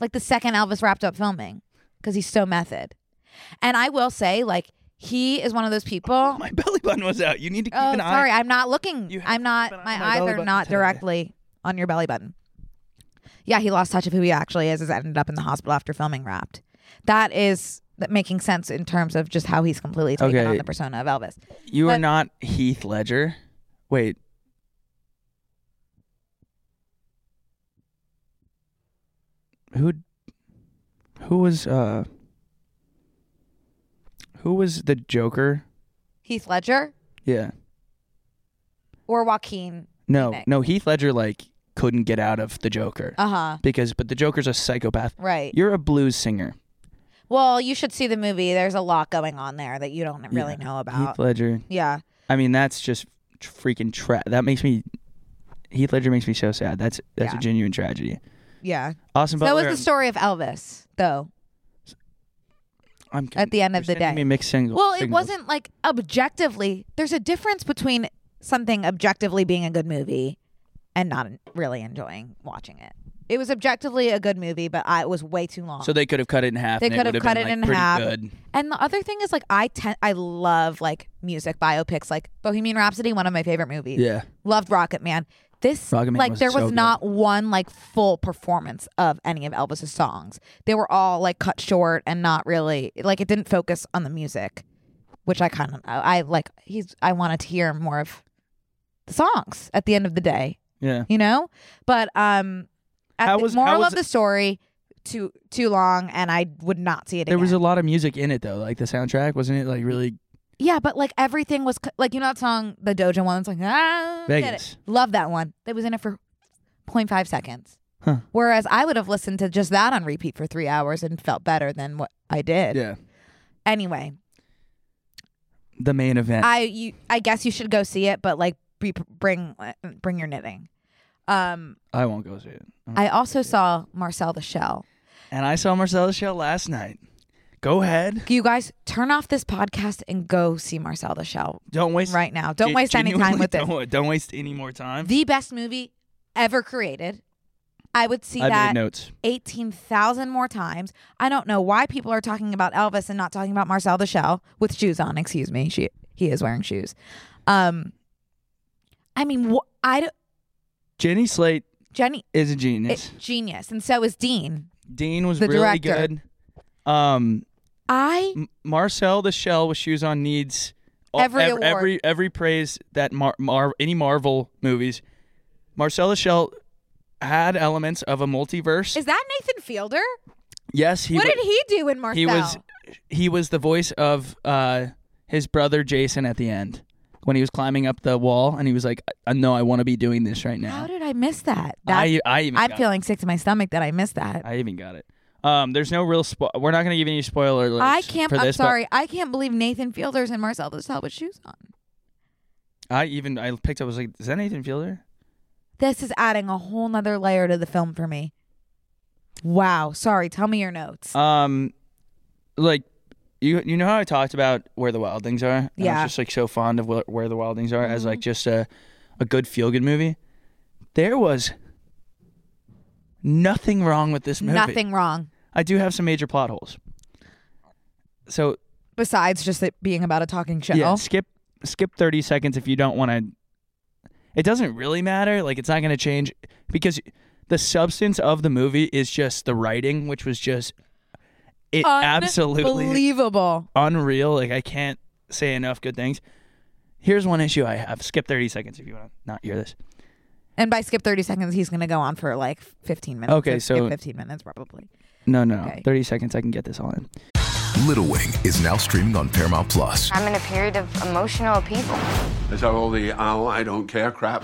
[SPEAKER 2] Like the second Elvis wrapped up filming because he's so method. And I will say, like, he is one of those people.
[SPEAKER 1] my belly button was out. You need to keep
[SPEAKER 2] Oh,
[SPEAKER 1] an eye.
[SPEAKER 2] sorry, I'm not looking.
[SPEAKER 1] You have
[SPEAKER 2] I'm
[SPEAKER 1] to
[SPEAKER 2] not.
[SPEAKER 1] keep an eye
[SPEAKER 2] My
[SPEAKER 1] on my
[SPEAKER 2] eyes
[SPEAKER 1] belly
[SPEAKER 2] are
[SPEAKER 1] button
[SPEAKER 2] not
[SPEAKER 1] today.
[SPEAKER 2] directly on your belly button. Yeah, he lost touch of who he actually is. Is ended up in the hospital after filming Wrapped. That is that making sense in terms of just how he's completely taken
[SPEAKER 1] Okay.
[SPEAKER 2] on the persona of Elvis.
[SPEAKER 1] You are
[SPEAKER 2] But-
[SPEAKER 1] not Heath Ledger. Wait. Who who was uh who was the Joker?
[SPEAKER 2] Heath Ledger
[SPEAKER 1] Yeah.
[SPEAKER 2] or Joaquin.
[SPEAKER 1] No,
[SPEAKER 2] Phoenix.
[SPEAKER 1] no, Heath Ledger like couldn't get out of the Joker.
[SPEAKER 2] Uh huh.
[SPEAKER 1] because but the Joker's a psychopath.
[SPEAKER 2] Right.
[SPEAKER 1] You're a blues singer.
[SPEAKER 2] Well, you should see the movie. There's a lot going on there that you don't really
[SPEAKER 1] Yeah.
[SPEAKER 2] know about.
[SPEAKER 1] Heath Ledger.
[SPEAKER 2] yeah.
[SPEAKER 1] I mean, that's just tr- freaking tra- that makes me Heath Ledger makes me so sad. That's that's
[SPEAKER 2] Yeah.
[SPEAKER 1] a genuine tragedy.
[SPEAKER 2] Yeah.
[SPEAKER 1] Austin
[SPEAKER 2] So that was
[SPEAKER 1] Butler-
[SPEAKER 2] the story of Elvis, though.
[SPEAKER 1] I'm
[SPEAKER 2] at the end
[SPEAKER 1] you're
[SPEAKER 2] of the
[SPEAKER 1] sending
[SPEAKER 2] day.
[SPEAKER 1] Me mixed singles.
[SPEAKER 2] Well, it
[SPEAKER 1] signals.
[SPEAKER 2] wasn't like objectively. There's a difference between something objectively being a good movie and not really enjoying watching it. It was objectively a good movie, but I it was way too long.
[SPEAKER 1] So they could have cut it in half.
[SPEAKER 2] They
[SPEAKER 1] and
[SPEAKER 2] could have
[SPEAKER 1] would've
[SPEAKER 2] cut
[SPEAKER 1] been,
[SPEAKER 2] it
[SPEAKER 1] like,
[SPEAKER 2] in
[SPEAKER 1] pretty
[SPEAKER 2] half.
[SPEAKER 1] Good.
[SPEAKER 2] And the other thing is like I ten- I love like music biopics like Bohemian Rhapsody, one of my favorite movies.
[SPEAKER 1] Yeah.
[SPEAKER 2] Loved Rocket Man. This
[SPEAKER 1] Rocket Man
[SPEAKER 2] like
[SPEAKER 1] was
[SPEAKER 2] there
[SPEAKER 1] so
[SPEAKER 2] was
[SPEAKER 1] good.
[SPEAKER 2] not one like full performance of any of Elvis's songs. They were all like cut short and not really like it didn't focus on the music, which I kind of I, I like he's I wanted to hear more of the songs at the end of the day,
[SPEAKER 1] Yeah.
[SPEAKER 2] you know? But um at
[SPEAKER 1] How
[SPEAKER 2] the
[SPEAKER 1] was- how
[SPEAKER 2] moral
[SPEAKER 1] was
[SPEAKER 2] of
[SPEAKER 1] it-
[SPEAKER 2] the story too too long and I would not see it
[SPEAKER 1] There
[SPEAKER 2] again.
[SPEAKER 1] was a lot of music in it though. Like the soundtrack wasn't it like really
[SPEAKER 2] Yeah, but like everything was c- like you know that song, the Doja one. It's like ah, get it.
[SPEAKER 1] Vegas.
[SPEAKER 2] Love that one. That was in it for 0.5 seconds.
[SPEAKER 1] Huh.
[SPEAKER 2] Whereas I would have listened to just that on repeat for three hours and felt better than what I did.
[SPEAKER 1] Yeah.
[SPEAKER 2] Anyway,
[SPEAKER 1] The main event.
[SPEAKER 2] I you I guess you should go see it, but like be, bring bring your knitting. Um,
[SPEAKER 1] I won't go see it.
[SPEAKER 2] I also saw Marcel the Shell.
[SPEAKER 1] And I saw Marcella Shell last night. Go ahead.
[SPEAKER 2] You guys turn off this podcast and go see Marcel the Shell
[SPEAKER 1] Don't waste
[SPEAKER 2] right now. Don't
[SPEAKER 1] Ge-
[SPEAKER 2] waste any time
[SPEAKER 1] genuinely
[SPEAKER 2] with this.
[SPEAKER 1] Don't, don't waste any more time.
[SPEAKER 2] The best movie ever created. I would see
[SPEAKER 1] I
[SPEAKER 2] that
[SPEAKER 1] made notes.
[SPEAKER 2] 18,000 more times. I don't know why people are talking about Elvis and not talking about Marcel the Shell with shoes on. Excuse me. She he is wearing shoes. Um I mean, wh- I don't-
[SPEAKER 1] Jenny Slate
[SPEAKER 2] Jenny
[SPEAKER 1] is a
[SPEAKER 2] it,
[SPEAKER 1] genius.
[SPEAKER 2] genius and so is Dean.
[SPEAKER 1] Dean was
[SPEAKER 2] the
[SPEAKER 1] really
[SPEAKER 2] director.
[SPEAKER 1] good. Um,
[SPEAKER 2] I
[SPEAKER 1] M- Marcel the Shell with shoes on needs all-
[SPEAKER 2] Every
[SPEAKER 1] ev-
[SPEAKER 2] award.
[SPEAKER 1] every every praise that Mar- Mar- any Marvel movies. Marcel the Shell had elements of a multiverse.
[SPEAKER 2] Is that Nathan Fielder?
[SPEAKER 1] yes, he
[SPEAKER 2] what
[SPEAKER 1] wa-
[SPEAKER 2] did he do in Marcel?
[SPEAKER 1] he was he was the voice of uh, his brother Jason at the end when he was climbing up the wall and he was like, "I know I want to be doing this right now."
[SPEAKER 2] How did I miss that? that
[SPEAKER 1] I I even
[SPEAKER 2] I'm
[SPEAKER 1] got
[SPEAKER 2] feeling sick to my stomach that I missed that.
[SPEAKER 1] It. I even got it. Um, there's no real spo- we're not going to give any spoiler alerts
[SPEAKER 2] I can't.
[SPEAKER 1] for
[SPEAKER 2] I'm
[SPEAKER 1] this, but
[SPEAKER 2] sorry. I can't believe Nathan Fielder's and Marcel the Shell with shoes on.
[SPEAKER 1] I even I picked up I was like, "Is that Nathan Fielder?"
[SPEAKER 2] This is adding a whole nother layer to the film for me. Wow. Sorry. Tell me your notes.
[SPEAKER 1] Um, like you you know how I talked about where the wild things are. And I
[SPEAKER 2] Yeah. Mm-hmm.
[SPEAKER 1] was just like so fond of where, where the wild things are as like just a a good feel good movie. There was nothing wrong with this movie.
[SPEAKER 2] Nothing wrong
[SPEAKER 1] I do have some major plot holes. So
[SPEAKER 2] besides just it being about a talking shell.
[SPEAKER 1] yeah, skip skip thirty seconds if you don't want to. It doesn't really matter. Like it's not going to change because the substance of the movie is just the writing, which was just it absolutely
[SPEAKER 2] Unbelievable.
[SPEAKER 1] unreal. Like I can't say enough good things. Here's one issue I have. Skip 30 seconds if you want to not hear this.
[SPEAKER 2] And by skip 30 seconds, he's going to go on for like 15 minutes.
[SPEAKER 1] Okay,
[SPEAKER 2] Skip
[SPEAKER 1] so-
[SPEAKER 2] 15 minutes probably.
[SPEAKER 1] No, no,
[SPEAKER 2] Okay.
[SPEAKER 1] 30 seconds. I can get this all in.
[SPEAKER 3] Little Wing is now streaming on Paramount Plus.
[SPEAKER 4] I'm in a period of emotional upheaval.
[SPEAKER 5] Is that all the oh, I don't care crap?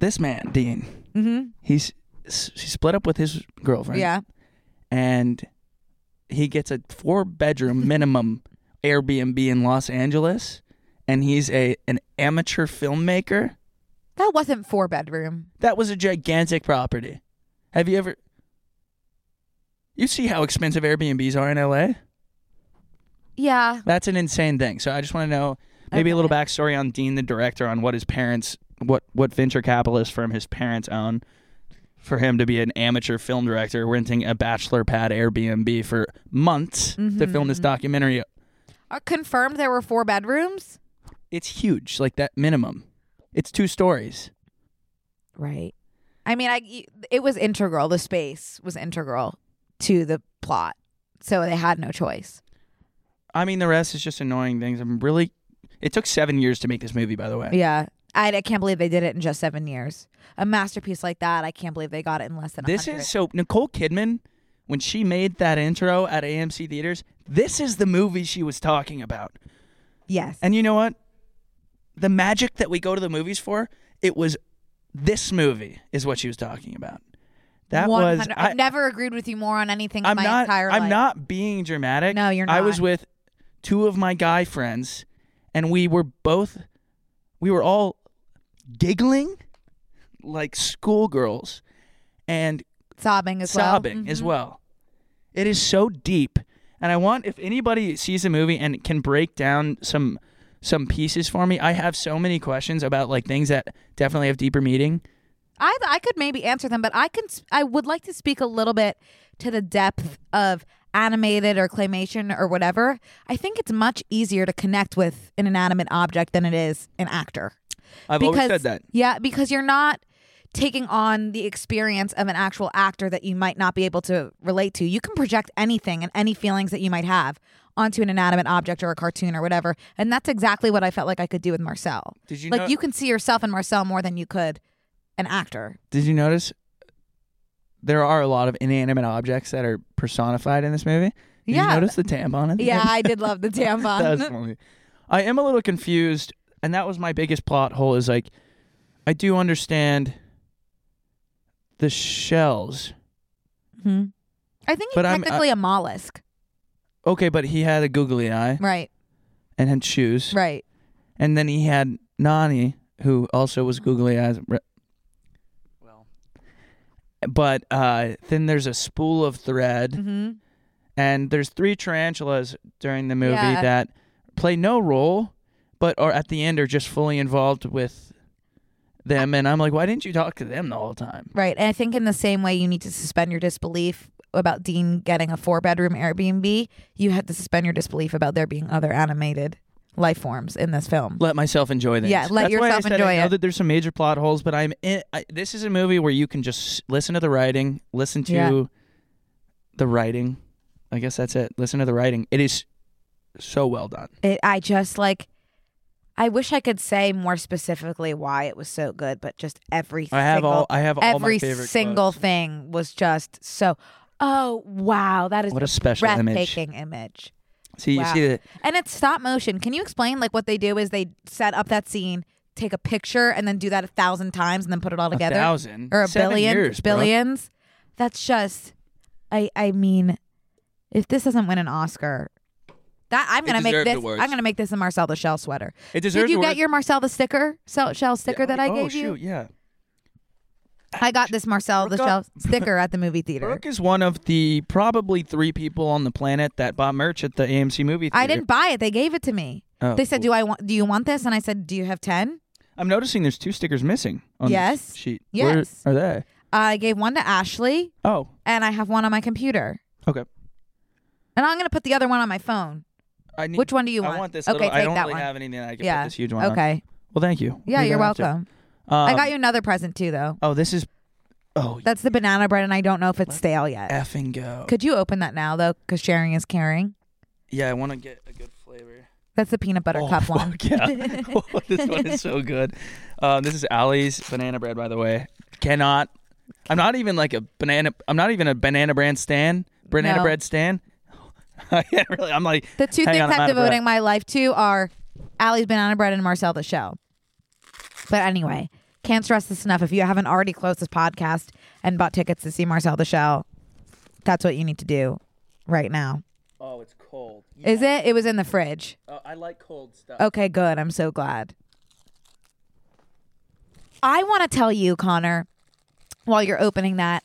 [SPEAKER 1] This man, Dean,
[SPEAKER 2] Mm-hmm.
[SPEAKER 1] he's he split up with his girlfriend.
[SPEAKER 2] Yeah.
[SPEAKER 1] and he gets a four bedroom minimum Airbnb in Los Angeles and he's a an amateur filmmaker.
[SPEAKER 2] That wasn't four bedroom.
[SPEAKER 1] That was a gigantic property. Have you ever You see how expensive Airbnbs are in LA?
[SPEAKER 2] Yeah.
[SPEAKER 1] That's an insane thing. So I just want to know maybe a little backstory on Dean the director on what his parents what what venture capitalist firm his parents own for him to be an amateur film director renting a bachelor pad Airbnb for months to film this documentary.
[SPEAKER 2] Uh, confirmed there were four bedrooms?
[SPEAKER 1] It's huge, like that minimum. It's two stories.
[SPEAKER 2] Right. I mean, I it was integral. The space was integral to the plot, so they had no choice.
[SPEAKER 1] I mean, the rest is just annoying things. I'm really It took 7 years to make this movie by the way.
[SPEAKER 2] Yeah, I, I can't believe they did it in just seven years. A masterpiece like that, I can't believe they got it in less than.
[SPEAKER 1] This
[SPEAKER 2] 100.
[SPEAKER 1] is so Nicole Kidman when she made that intro at AMC theaters, this is the movie she was talking about.
[SPEAKER 2] yes,
[SPEAKER 1] And you know what? The magic that we go to the movies for, it was this movie is what she was talking about. That was
[SPEAKER 2] 100
[SPEAKER 1] I,
[SPEAKER 2] I've never agreed with you more on anything
[SPEAKER 1] I'm
[SPEAKER 2] in my
[SPEAKER 1] not
[SPEAKER 2] entire
[SPEAKER 1] I'm
[SPEAKER 2] life.
[SPEAKER 1] not being dramatic.
[SPEAKER 2] No, you're
[SPEAKER 1] I was
[SPEAKER 2] not.
[SPEAKER 1] with two of my guy friends and we were both we were all giggling like schoolgirls and
[SPEAKER 2] sobbing as
[SPEAKER 1] sobbing
[SPEAKER 2] well. Mhm.
[SPEAKER 1] as well. It is so deep, and I want if anybody sees the movie and can break down some some pieces for me. I have so many questions about like things that definitely have deeper meaning.
[SPEAKER 2] I I could maybe answer them, but I can s- I would like to speak a little bit to the depth of animated or claymation or whatever. I think it's much easier to connect with an inanimate object than it is an actor.
[SPEAKER 1] I've always said that.
[SPEAKER 2] Yeah, because you're not taking on the experience of an actual actor that you might not be able to relate to. You can project anything and any feelings that you might have onto an inanimate object or a cartoon or whatever. And that's exactly what I felt like I could do with Marcel.
[SPEAKER 1] Did you
[SPEAKER 2] like
[SPEAKER 1] know-
[SPEAKER 2] you can see yourself in Marcel more than you could an actor.
[SPEAKER 1] Did you notice there are a lot of inanimate objects that are personified in this movie? Did
[SPEAKER 2] Yeah.
[SPEAKER 1] you notice the tampon? At the
[SPEAKER 2] Yeah,
[SPEAKER 1] end?
[SPEAKER 2] I did love the tampon.
[SPEAKER 1] that was funny. I am a little confused, and that was my biggest plot hole. Is like, I do understand the shells.
[SPEAKER 2] Mhm. I think he's
[SPEAKER 1] But I'm- uh,
[SPEAKER 2] technically a mollusk.
[SPEAKER 1] Okay, but he had a googly eye
[SPEAKER 2] Right,
[SPEAKER 1] and had shoes,
[SPEAKER 2] right.
[SPEAKER 1] and then he had Nani, who also was googly eyes. Well, but uh, then there's a spool of thread.
[SPEAKER 2] hmm
[SPEAKER 1] and there's three tarantulas during the movie
[SPEAKER 2] Yeah.
[SPEAKER 1] that play no role but are at the end are just fully involved with them and i'm like why didn't you talk to them the whole time
[SPEAKER 2] Right. And I think in the same way you need to suspend your disbelief about Dean getting a four bedroom Airbnb, you had to suspend your disbelief about there being other animated life forms in this film.
[SPEAKER 1] let myself enjoy this
[SPEAKER 2] Yeah, let
[SPEAKER 1] That's why I
[SPEAKER 2] yourself
[SPEAKER 1] said
[SPEAKER 2] enjoy
[SPEAKER 1] I know
[SPEAKER 2] it.
[SPEAKER 1] that there's some major plot holes but i'm in, I, this is a movie where you can just listen to the writing listen to
[SPEAKER 2] Yeah.
[SPEAKER 1] the writing i guess that's it listen to the writing it is so well done
[SPEAKER 2] It, I just like, I wish I could say more specifically why it was so good, but just every
[SPEAKER 1] i have
[SPEAKER 2] single,
[SPEAKER 1] all i have all
[SPEAKER 2] every
[SPEAKER 1] my favorite
[SPEAKER 2] single
[SPEAKER 1] quotes.
[SPEAKER 2] thing was just so. Oh wow, that is
[SPEAKER 1] What a special image.
[SPEAKER 2] breathtaking image.
[SPEAKER 1] see you
[SPEAKER 2] Wow.
[SPEAKER 1] see the
[SPEAKER 2] And it's stop motion. Can you explain like what they do is they set up that scene, take a picture, and then do that a thousand times and then put it all together?
[SPEAKER 1] thousand?
[SPEAKER 2] or a
[SPEAKER 1] Seven
[SPEAKER 2] billion
[SPEAKER 1] years, bro.
[SPEAKER 2] billions. That's just I I mean, if this doesn't win an Oscar, that I'm gonna make
[SPEAKER 1] deserved
[SPEAKER 2] this
[SPEAKER 1] awards.
[SPEAKER 2] I'm gonna make this a Marcel the Shell sweater.
[SPEAKER 1] It
[SPEAKER 2] Did
[SPEAKER 1] deserves
[SPEAKER 2] you
[SPEAKER 1] awards.
[SPEAKER 2] get your Marcel the sticker sell, shell sticker that I
[SPEAKER 1] oh,
[SPEAKER 2] gave you?
[SPEAKER 1] shoot, Yeah.
[SPEAKER 2] I got this Marcel the
[SPEAKER 1] Brooke
[SPEAKER 2] Shell
[SPEAKER 1] got-
[SPEAKER 2] sticker at the movie theater.
[SPEAKER 1] Brooke is one of the probably three people on the planet that bought merch at the AMC movie theater.
[SPEAKER 2] I didn't buy it. They gave it to me.
[SPEAKER 1] Oh,
[SPEAKER 2] they said,
[SPEAKER 1] cool.
[SPEAKER 2] "Do I want? Do you want this?" And I said, "Do you have 10?
[SPEAKER 1] I'm noticing there's two stickers missing on
[SPEAKER 2] Yes.
[SPEAKER 1] this sheet.
[SPEAKER 2] Yes.
[SPEAKER 1] Where are they?
[SPEAKER 2] I gave one to Ashley,
[SPEAKER 1] Oh,
[SPEAKER 2] and I have one on my computer,
[SPEAKER 1] okay.
[SPEAKER 2] and I'm gonna put the other one on my phone.
[SPEAKER 1] I need,
[SPEAKER 2] Which one do you want?
[SPEAKER 1] I want this.
[SPEAKER 2] Okay,
[SPEAKER 1] little, I
[SPEAKER 2] take
[SPEAKER 1] don't
[SPEAKER 2] that
[SPEAKER 1] really
[SPEAKER 2] one.
[SPEAKER 1] have anything I can
[SPEAKER 2] yeah,
[SPEAKER 1] put this huge one. on.
[SPEAKER 2] okay.
[SPEAKER 1] Well, thank you.
[SPEAKER 2] Yeah,
[SPEAKER 1] We
[SPEAKER 2] you're
[SPEAKER 1] don't have to.
[SPEAKER 2] welcome.
[SPEAKER 1] Um,
[SPEAKER 2] I got you another present too, though.
[SPEAKER 1] Oh, this is. Oh,
[SPEAKER 2] That's the banana bread, and I don't know if it's stale yet.
[SPEAKER 1] effing go.
[SPEAKER 2] Could you open that now, though? Because sharing is caring.
[SPEAKER 1] yeah, I want to get a good flavor.
[SPEAKER 2] That's the peanut butter cup
[SPEAKER 1] Oh, fuck
[SPEAKER 2] one.
[SPEAKER 1] Yeah. Oh, this one is so good. Um, this is Ali's banana bread, by the way. Cannot. I'm not even like a banana. I'm not even a banana brand stan. Banana
[SPEAKER 2] No.
[SPEAKER 1] bread stan. I can't really. I'm like
[SPEAKER 2] The two
[SPEAKER 1] hang
[SPEAKER 2] things
[SPEAKER 1] on, I'm
[SPEAKER 2] I'm
[SPEAKER 1] out of breath.
[SPEAKER 2] devoting my life to are Allie's banana bread and Marcel the Shell. But anyway, can't stress this enough. If you haven't already closed this podcast and bought tickets to see Marcel the Shell, that's what you need to do right now.
[SPEAKER 1] Oh, it's cold.
[SPEAKER 2] Is it? It was in the fridge.
[SPEAKER 1] Oh, I like cold stuff.
[SPEAKER 2] Okay, good. I'm so glad. I want to tell you, Connor, while you're opening that,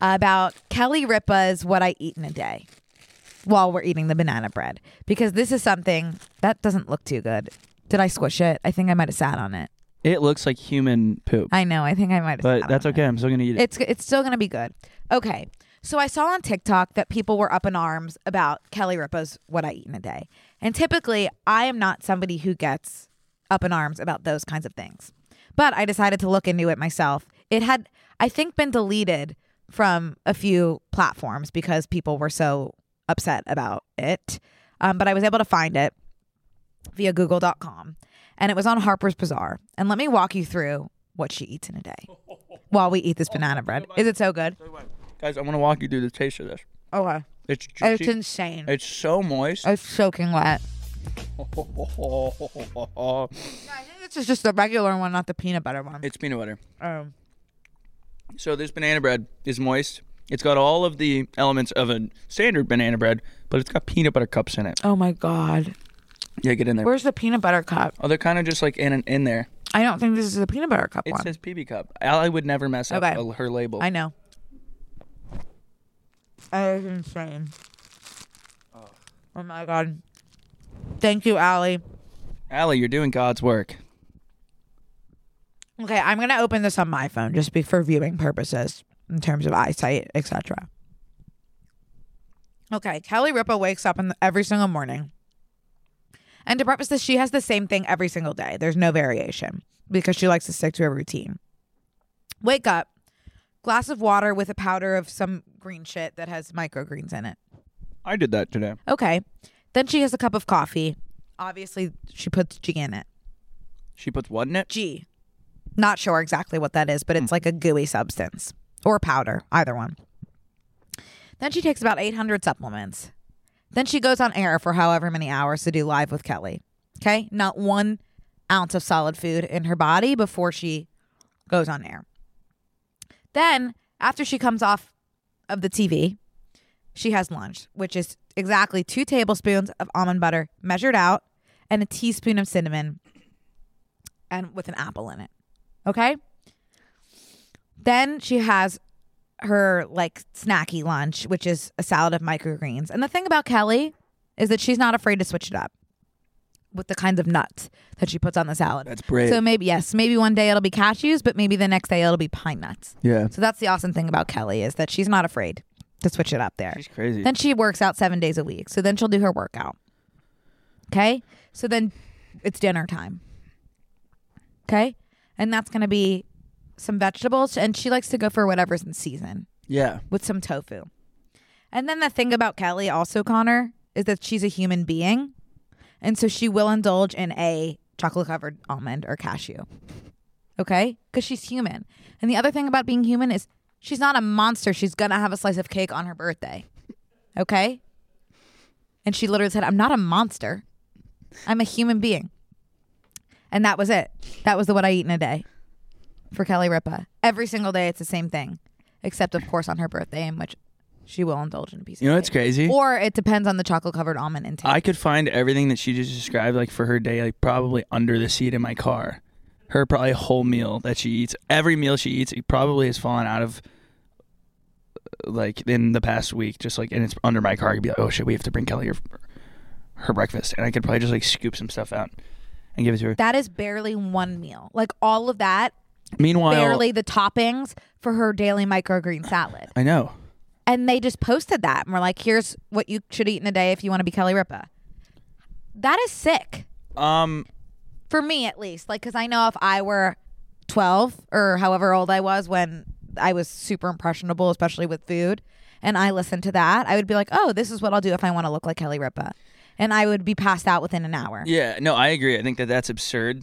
[SPEAKER 2] about Kelly Ripa's What I Eat in a Day while we're eating the banana bread. Because this is something that doesn't look too good. Did I squish it? I think I might have sat on it.
[SPEAKER 1] It looks like human poop,
[SPEAKER 2] I know. I think I might have
[SPEAKER 1] but
[SPEAKER 2] sat
[SPEAKER 1] that's
[SPEAKER 2] on it.
[SPEAKER 1] okay. I'm still gonna eat it.
[SPEAKER 2] It's it's still gonna be good. Okay. So I saw on TikTok that people were up in arms about Kelly Ripa's "What I Eat in a Day," and typically I am not somebody who gets up in arms about those kinds of things, but I decided to look into it myself. It had, I think, been deleted from a few platforms because people were so upset about it. Um, but I was able to find it via Google.com, and it was on Harper's Bazaar. And let me walk you through what she eats in a day while we eat this banana bread. Is it so good?
[SPEAKER 1] Guys, I want to walk you through the taste of this.
[SPEAKER 2] Okay.
[SPEAKER 1] It's
[SPEAKER 2] Oh, It's
[SPEAKER 1] juicy.
[SPEAKER 2] insane.
[SPEAKER 1] It's so moist.
[SPEAKER 2] It's soaking wet. Oh. I think this is just the regular one, not the peanut butter one.
[SPEAKER 1] it's peanut butter.
[SPEAKER 2] Um,
[SPEAKER 1] So this banana bread is moist. It's got all of the elements of a standard banana bread, but it's got peanut butter cups in it.
[SPEAKER 2] oh my god.
[SPEAKER 1] Yeah, get in there.
[SPEAKER 2] Where's the peanut butter cup?
[SPEAKER 1] Oh, they're kind of just like in and in there.
[SPEAKER 2] I don't think this is a peanut butter cup
[SPEAKER 1] It
[SPEAKER 2] one.
[SPEAKER 1] says PB cup. Ally would never mess up
[SPEAKER 2] Okay.
[SPEAKER 1] a- her label.
[SPEAKER 2] I know. That is insane. Oh my god. Thank you, Allie.
[SPEAKER 1] Allie, you're doing God's work.
[SPEAKER 2] Okay, I'm gonna open this on my phone just be for viewing purposes in terms of eyesight, etc. Okay, Kelly Ripa wakes up in the, every single morning, and to preface this, she has the same thing every single day. There's no variation because she likes to stick to her routine. Wake up, glass of water with a powder of some green shit that has microgreens in it.
[SPEAKER 1] I did that today.
[SPEAKER 2] Okay, then she has a cup of coffee. Obviously, she puts G in it.
[SPEAKER 1] She puts what in it?
[SPEAKER 2] G. Not sure exactly what that is, but it's like a gooey substance or powder, either one. Then she takes about 800 supplements. Then she goes on air for however many hours to do live with Kelly. Okay? Not one ounce of solid food in her body before she goes on air. Then, after she comes off of the TV, she has lunch, which is exactly two tablespoons of almond butter measured out and a teaspoon of cinnamon and with an apple in it. Okay? Then she has her like snacky lunch, which is a salad of microgreens. And the thing about Kelly is that she's not afraid to switch it up with the kinds of nuts that she puts on the salad.
[SPEAKER 1] That's brave.
[SPEAKER 2] So maybe yes, maybe one day it'll be cashews, but maybe the next day it'll be pine nuts.
[SPEAKER 1] Yeah.
[SPEAKER 2] So that's the awesome thing about Kelly is that she's not afraid to switch it up there.
[SPEAKER 1] She's crazy.
[SPEAKER 2] Then she works out seven days a week. So then she'll do her workout. Okay. So then it's dinner time. Okay. And that's going to be some vegetables. And she likes to go for whatever's in season
[SPEAKER 1] yeah.
[SPEAKER 2] with some tofu. And then the thing about Kelly, also, Connor, is that she's a human being. And so she will indulge in a chocolate covered almond or cashew. Okay? Because she's human. And the other thing about being human is she's not a monster. She's going to have a slice of cake on her birthday. Okay? And she literally said, I'm not a monster. I'm a human being. And that was it. That was the what I eat in a day for Kelly Ripa. Every single day, it's the same thing, except of course on her birthday, in which she will indulge in a piece.
[SPEAKER 1] You know
[SPEAKER 2] of
[SPEAKER 1] what's
[SPEAKER 2] cake.
[SPEAKER 1] crazy?
[SPEAKER 2] Or it depends on the chocolate covered almond intake.
[SPEAKER 1] I could find everything that she just described, like for her day, like probably under the seat in my car. Her probably whole meal that she eats, every meal she eats, it probably has fallen out of, uh, like in the past week, just like and it's under my car. I could be like, oh shit, we have to bring Kelly her, her breakfast, and I could probably just like scoop some stuff out and give it to her.
[SPEAKER 2] that is barely one meal. Like all of that,
[SPEAKER 1] Meanwhile,
[SPEAKER 2] barely the toppings for her daily microgreen salad.
[SPEAKER 1] I know.
[SPEAKER 2] And they just posted that and we're like, here's what you should eat in a day if you want to be Kelly Ripa. That is sick.
[SPEAKER 1] Um,
[SPEAKER 2] for me at least like because i know if i were 12 or however old i was when i was super impressionable especially with food and i listened to that i would be like oh this is what i'll do if i want to look like kelly ripa and i would be passed out within an hour
[SPEAKER 1] yeah, no, I agree. I think that that's absurd.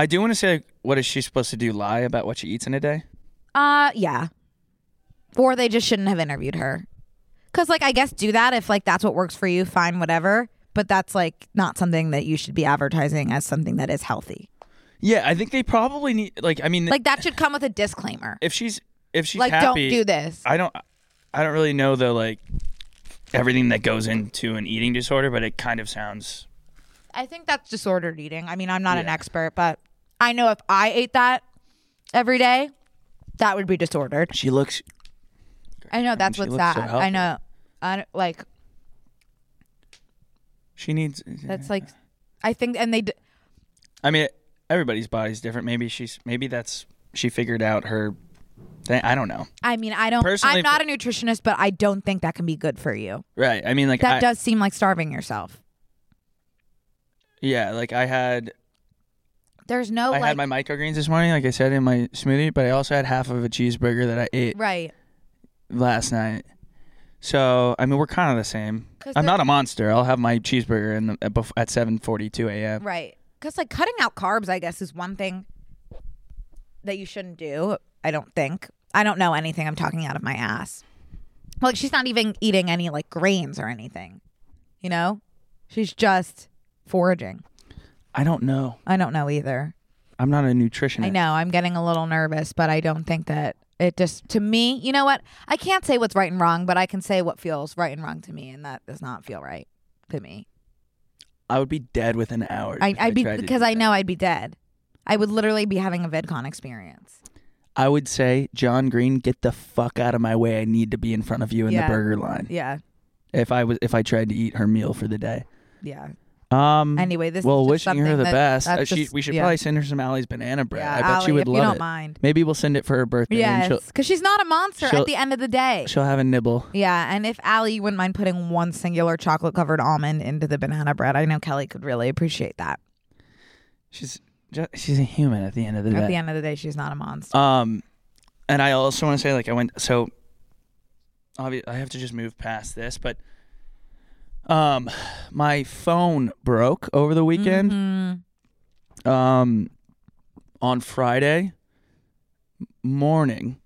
[SPEAKER 1] I do want to say, like, what is she supposed to do? Lie about what she eats in a day?
[SPEAKER 2] uh yeah or they just shouldn't have interviewed her because like i guess do that if like that's what works for you fine whatever but that's like not something that you should be advertising as something that is healthy
[SPEAKER 1] Yeah, I think they probably need. Like, I mean,
[SPEAKER 2] like that should come with a disclaimer
[SPEAKER 1] if she's if she's
[SPEAKER 2] like
[SPEAKER 1] happy,
[SPEAKER 2] don't do this
[SPEAKER 1] I don't I don't really know the like everything that goes into an eating disorder, but it kind of sounds
[SPEAKER 2] I think that's disordered eating. I mean, I'm not an
[SPEAKER 1] Yeah.
[SPEAKER 2] expert, but I know if I ate that every day, that would be disordered.
[SPEAKER 1] she looks
[SPEAKER 2] I know that's
[SPEAKER 1] she
[SPEAKER 2] what's
[SPEAKER 1] looks
[SPEAKER 2] sad.
[SPEAKER 1] so
[SPEAKER 2] I
[SPEAKER 1] healthy.
[SPEAKER 2] know. I don't- like
[SPEAKER 1] she needs
[SPEAKER 2] that's like I think and they d-
[SPEAKER 1] I mean everybody's body's different. Maybe she's maybe that's she figured out her thing. I don't know.
[SPEAKER 2] I mean, I don't
[SPEAKER 1] Personally,
[SPEAKER 2] I'm not a nutritionist, but I don't think that can be good for you.
[SPEAKER 1] Right. I mean like
[SPEAKER 2] That
[SPEAKER 1] I,
[SPEAKER 2] does seem like starving yourself.
[SPEAKER 1] yeah, like I had
[SPEAKER 2] There's no
[SPEAKER 1] I
[SPEAKER 2] Oh,
[SPEAKER 1] had
[SPEAKER 2] like
[SPEAKER 1] my microgreens this morning, like I said in my smoothie, but I also had half of a cheeseburger that I ate
[SPEAKER 2] right.
[SPEAKER 1] last night. So I mean we're kind of the same.
[SPEAKER 2] 'Cause
[SPEAKER 1] I'm
[SPEAKER 2] they're-
[SPEAKER 1] not a monster. I'll have my cheeseburger in the, at 7:42 a.m.
[SPEAKER 2] Right. because like cutting out carbs, I guess, is one thing that you shouldn't do. I don't think. I don't know anything. I'm talking out of my ass. Like she's not even eating any like grains or anything. You know, she's just foraging.
[SPEAKER 1] I don't know.
[SPEAKER 2] I don't know either.
[SPEAKER 1] I'm not a nutritionist.
[SPEAKER 2] I know I'm getting a little nervous, but I don't think that it just to me. You know what? I can't say what's right and wrong, but I can say what feels right and wrong to me, and that does not feel right to me.
[SPEAKER 1] I would be dead within hours.
[SPEAKER 2] I,
[SPEAKER 1] if
[SPEAKER 2] I'd be
[SPEAKER 1] tried to do
[SPEAKER 2] because I
[SPEAKER 1] that.
[SPEAKER 2] know I'd be dead. I would literally be having a VidCon experience.
[SPEAKER 1] I would say, John Green, get the fuck out of my way. I need to be in front of you in
[SPEAKER 2] Yeah.
[SPEAKER 1] the burger line.
[SPEAKER 2] Yeah,
[SPEAKER 1] If I was, if I tried to eat her meal for the day.
[SPEAKER 2] yeah.
[SPEAKER 1] Um.
[SPEAKER 2] Anyway, this.
[SPEAKER 1] well,
[SPEAKER 2] is just
[SPEAKER 1] wishing her
[SPEAKER 2] something
[SPEAKER 1] the
[SPEAKER 2] that-
[SPEAKER 1] best.
[SPEAKER 2] that's
[SPEAKER 1] Uh, she,
[SPEAKER 2] just-
[SPEAKER 1] we should
[SPEAKER 2] yeah.
[SPEAKER 1] probably send her some Allie's banana bread.
[SPEAKER 2] Yeah,
[SPEAKER 1] I bet she
[SPEAKER 2] Ally,
[SPEAKER 1] would
[SPEAKER 2] if
[SPEAKER 1] love
[SPEAKER 2] you don't
[SPEAKER 1] it.
[SPEAKER 2] mind.
[SPEAKER 1] Maybe we'll send it for her birthday. And
[SPEAKER 2] Yes,
[SPEAKER 1] she'll,
[SPEAKER 2] because she's not a monster
[SPEAKER 1] she'll-
[SPEAKER 2] at the end of the day.
[SPEAKER 1] she'll have a nibble.
[SPEAKER 2] Yeah, and if Allie wouldn't mind putting one singular chocolate covered almond into the banana bread, I know Kelly could really appreciate that.
[SPEAKER 1] She's just, she's a human at the end of the day.
[SPEAKER 2] At the end of the day, she's not a monster.
[SPEAKER 1] Um, and I also want to say, like, I went so. Obvi- I have to just move past this, but um, my phone broke over the weekend.
[SPEAKER 2] Mm-hmm.
[SPEAKER 1] Um, on Friday morning,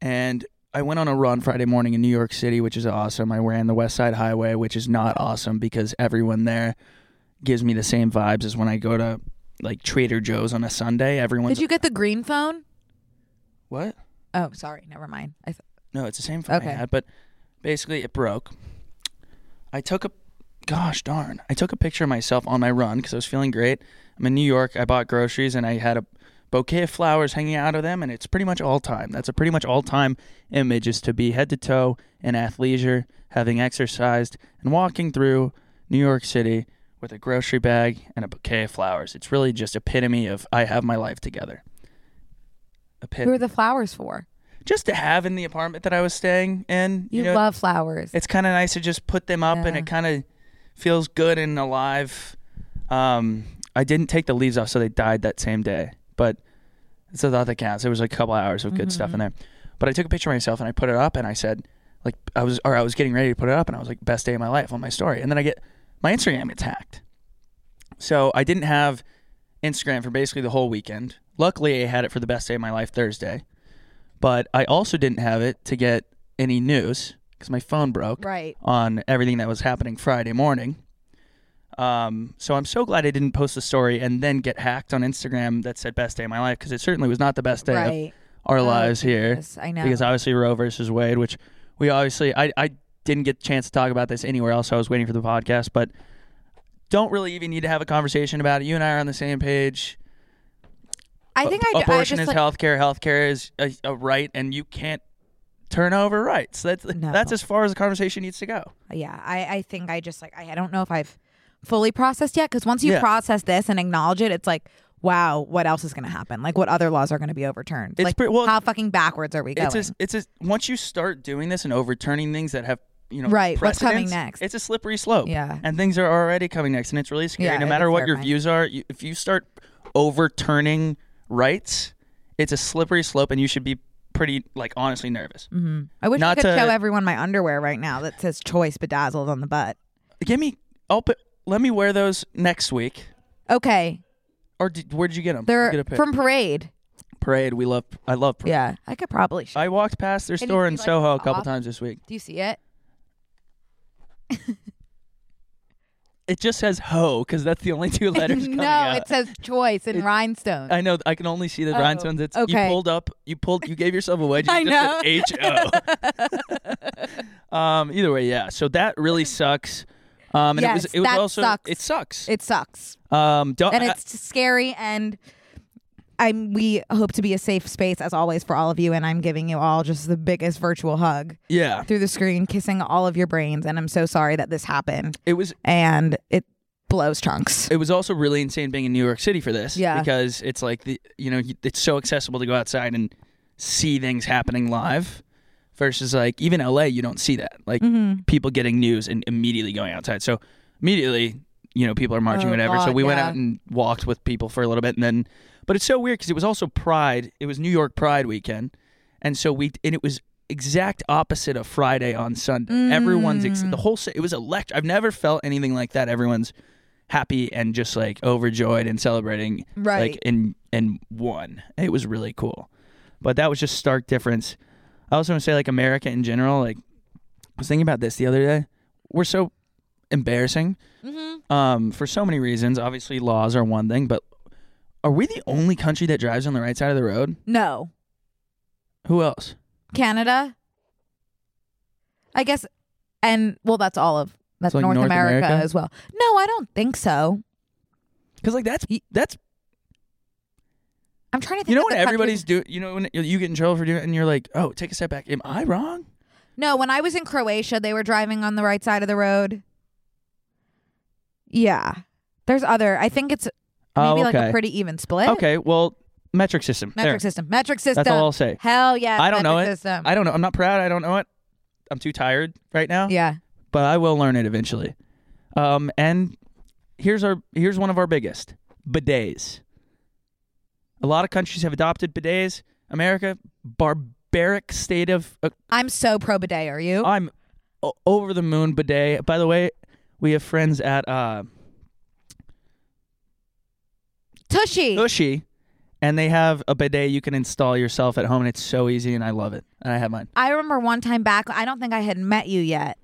[SPEAKER 1] and I went on a run Friday morning in New York City, which is awesome. I ran the West Side Highway, which is not awesome because everyone there gives me the same vibes as when I go to like Trader Joe's on a Sunday. Everyone's
[SPEAKER 2] Did you get the green phone?
[SPEAKER 1] what?
[SPEAKER 2] Oh, sorry, never mind. I th-
[SPEAKER 1] No, it's the same phone I
[SPEAKER 2] Okay.
[SPEAKER 1] had, but basically it broke. I took a, gosh darn, I took a picture of myself on my run because I was feeling great. I'm in New York. I bought groceries and I had a bouquet of flowers hanging out of them, and it's pretty much all time. That's a pretty much all time image is to be head to toe in athleisure, having exercised and walking through New York City with a grocery bag and a bouquet of flowers. It's really just epitome of I have my life together.
[SPEAKER 2] who
[SPEAKER 1] Epitome
[SPEAKER 2] are the flowers for?
[SPEAKER 1] just to have in the apartment that I was staying in.
[SPEAKER 2] You,
[SPEAKER 1] know,
[SPEAKER 2] love flowers.
[SPEAKER 1] it's kind of nice to just put them up, and
[SPEAKER 2] Yeah.
[SPEAKER 1] it kind of feels good and alive. Um, I didn't take the leaves off, so they died that same day. But it's a lot that counts. It was like a couple hours of good stuff in
[SPEAKER 2] Mm-hmm.
[SPEAKER 1] there. But I took a picture of myself and I put it up, and I said, like, I was or I was getting ready to put it up, and I was like, best day of my life on my story. And then I get my Instagram gets hacked, so I didn't have Instagram for basically the whole weekend. Luckily, I had it for the best day of my life Thursday, but I also didn't have it to get any news because my phone broke
[SPEAKER 2] Right.
[SPEAKER 1] on everything that was happening Friday morning. Um, so I'm so glad I didn't post the story and then get hacked on Instagram that said best day of my life because it certainly was not the best day of
[SPEAKER 2] Right.
[SPEAKER 1] our
[SPEAKER 2] Oh,
[SPEAKER 1] lives here.
[SPEAKER 2] Jesus, I know.
[SPEAKER 1] Because obviously Roe versus Wade, which we obviously I, I didn't get the chance to talk about this anywhere else. I was waiting for the podcast, but don't really even need to have a conversation about it. You and I are on the same page.
[SPEAKER 2] I think I, I
[SPEAKER 1] abortion is
[SPEAKER 2] just like,
[SPEAKER 1] healthcare. Healthcare is a, a right, and you can't turn over rights. That's
[SPEAKER 2] No.
[SPEAKER 1] that's as far as the conversation needs to go.
[SPEAKER 2] yeah I, I think i just like i, I don't know if i've fully processed yet because once you
[SPEAKER 1] Yeah.
[SPEAKER 2] process this and acknowledge it it's like wow what else is going to happen like what other laws are going to be overturned
[SPEAKER 1] It's
[SPEAKER 2] like
[SPEAKER 1] pretty- well,
[SPEAKER 2] how fucking backwards are we going
[SPEAKER 1] It's a, it's a, once you start doing this and overturning things that have you know
[SPEAKER 2] Right, what's coming
[SPEAKER 1] precedents,
[SPEAKER 2] next?
[SPEAKER 1] It's a slippery slope.
[SPEAKER 2] Yeah.
[SPEAKER 1] and things are already coming next, and it's really scary.
[SPEAKER 2] Yeah,
[SPEAKER 1] no
[SPEAKER 2] it
[SPEAKER 1] matter
[SPEAKER 2] is
[SPEAKER 1] what your
[SPEAKER 2] terrifying.
[SPEAKER 1] views are, you, if you start overturning rights, it's a slippery slope, and you should be pretty like honestly nervous.
[SPEAKER 2] Mm-hmm. i wish i
[SPEAKER 1] not
[SPEAKER 2] could
[SPEAKER 1] to-
[SPEAKER 2] show everyone my underwear right now that says choice bedazzled on the butt
[SPEAKER 1] Give me, I'll put, let me wear those next week.
[SPEAKER 2] okay
[SPEAKER 1] Or did, where did you get them?
[SPEAKER 2] they're
[SPEAKER 1] Get a pic.
[SPEAKER 2] from parade
[SPEAKER 1] Parade. We love. I love Parade.
[SPEAKER 2] yeah i could probably sh-
[SPEAKER 1] I walked past their
[SPEAKER 2] And
[SPEAKER 1] store
[SPEAKER 2] you
[SPEAKER 1] in
[SPEAKER 2] see, like,
[SPEAKER 1] Soho a
[SPEAKER 2] the
[SPEAKER 1] couple
[SPEAKER 2] op-
[SPEAKER 1] times this week.
[SPEAKER 2] do you see it
[SPEAKER 1] It just says "ho" because that's the only two letters coming
[SPEAKER 2] no
[SPEAKER 1] out.
[SPEAKER 2] it says choice in
[SPEAKER 1] It-
[SPEAKER 2] rhinestones
[SPEAKER 1] I know. I can only see the
[SPEAKER 2] Oh,
[SPEAKER 1] rhinestones. It's you
[SPEAKER 2] okay.
[SPEAKER 1] pulled up. You pulled. You gave yourself a wedge.
[SPEAKER 2] I
[SPEAKER 1] You
[SPEAKER 2] know.
[SPEAKER 1] just said H O. um. Either way, yeah. So that really sucks. Um. And it was.
[SPEAKER 2] Yes,
[SPEAKER 1] It was
[SPEAKER 2] that
[SPEAKER 1] also.
[SPEAKER 2] sucks.
[SPEAKER 1] It sucks.
[SPEAKER 2] it sucks
[SPEAKER 1] um. Don't,
[SPEAKER 2] and it's scary and I'm we hope to be a safe space as always for all of you and I'm giving you all just the biggest virtual hug
[SPEAKER 1] yeah.
[SPEAKER 2] through the screen kissing all of your brains and I'm so sorry that this happened
[SPEAKER 1] It was.
[SPEAKER 2] and it blows chunks.
[SPEAKER 1] It was also really insane being in New York City for this.
[SPEAKER 2] Yeah.
[SPEAKER 1] Because it's like the you know you- it's so accessible to go outside and see things happening live, versus like even LA you don't see that like
[SPEAKER 2] Mm-hmm.
[SPEAKER 1] people getting news and immediately going outside. So immediately you know people are marching
[SPEAKER 2] Oh,
[SPEAKER 1] whatever. so
[SPEAKER 2] God,
[SPEAKER 1] we went
[SPEAKER 2] yeah.
[SPEAKER 1] out and walked with people for a little bit and then, but it's so weird because it was also Pride. It was New York Pride weekend, and so we and it was. Exact opposite of
[SPEAKER 2] Mm.
[SPEAKER 1] Friday on Sunday. Everyone's ex- the whole. ci- It was electric. I've never felt anything like that. Everyone's happy and just like overjoyed and celebrating
[SPEAKER 2] Right.
[SPEAKER 1] like and and won. It was really cool. But that was just stark difference. I also want to say like America in general, like I was thinking about this the other day. We're so embarrassing
[SPEAKER 2] Mm-hmm.
[SPEAKER 1] um, for so many reasons. Obviously, laws are one thing, but are we the only country that drives on the right side of the road?
[SPEAKER 2] No.
[SPEAKER 1] Who else?
[SPEAKER 2] Canada. I guess, and well, that's all of that's
[SPEAKER 1] So, like,
[SPEAKER 2] North,
[SPEAKER 1] North
[SPEAKER 2] America,
[SPEAKER 1] America?
[SPEAKER 2] as well. No, I don't think so.
[SPEAKER 1] Because like that's that's
[SPEAKER 2] I'm trying to think.
[SPEAKER 1] you know
[SPEAKER 2] of
[SPEAKER 1] what
[SPEAKER 2] the countries-
[SPEAKER 1] everybody's doing. You know when you get in trouble for doing, it and you're like, oh, take a step back. Am I wrong?
[SPEAKER 2] No, when I was in Croatia, they were driving on the right side of the road. Yeah, there's other. I think it's maybe
[SPEAKER 1] Oh,
[SPEAKER 2] like
[SPEAKER 1] okay.
[SPEAKER 2] a pretty even split.
[SPEAKER 1] Okay, well, metric system.
[SPEAKER 2] Metric
[SPEAKER 1] There.
[SPEAKER 2] system. Metric system.
[SPEAKER 1] That's all I'll say.
[SPEAKER 2] Hell yeah.
[SPEAKER 1] I don't know
[SPEAKER 2] metric
[SPEAKER 1] it.
[SPEAKER 2] System.
[SPEAKER 1] I don't know. I'm not proud. I don't know it. I'm too tired right now.
[SPEAKER 2] yeah.
[SPEAKER 1] But I will learn it eventually. Um, and here's our here's one of our biggest bidets. A lot of countries have adopted bidets. America, barbaric state of uh,
[SPEAKER 2] I'm so pro bidet. Are you?
[SPEAKER 1] I'm o- over the moon bidet. By the way, we have friends at uh,
[SPEAKER 2] Tushy.
[SPEAKER 1] Ushi, and they have a bidet you can install yourself at home, and it's so easy, and I love it. And I have mine.
[SPEAKER 2] I remember one time back, I don't think I had met you yet.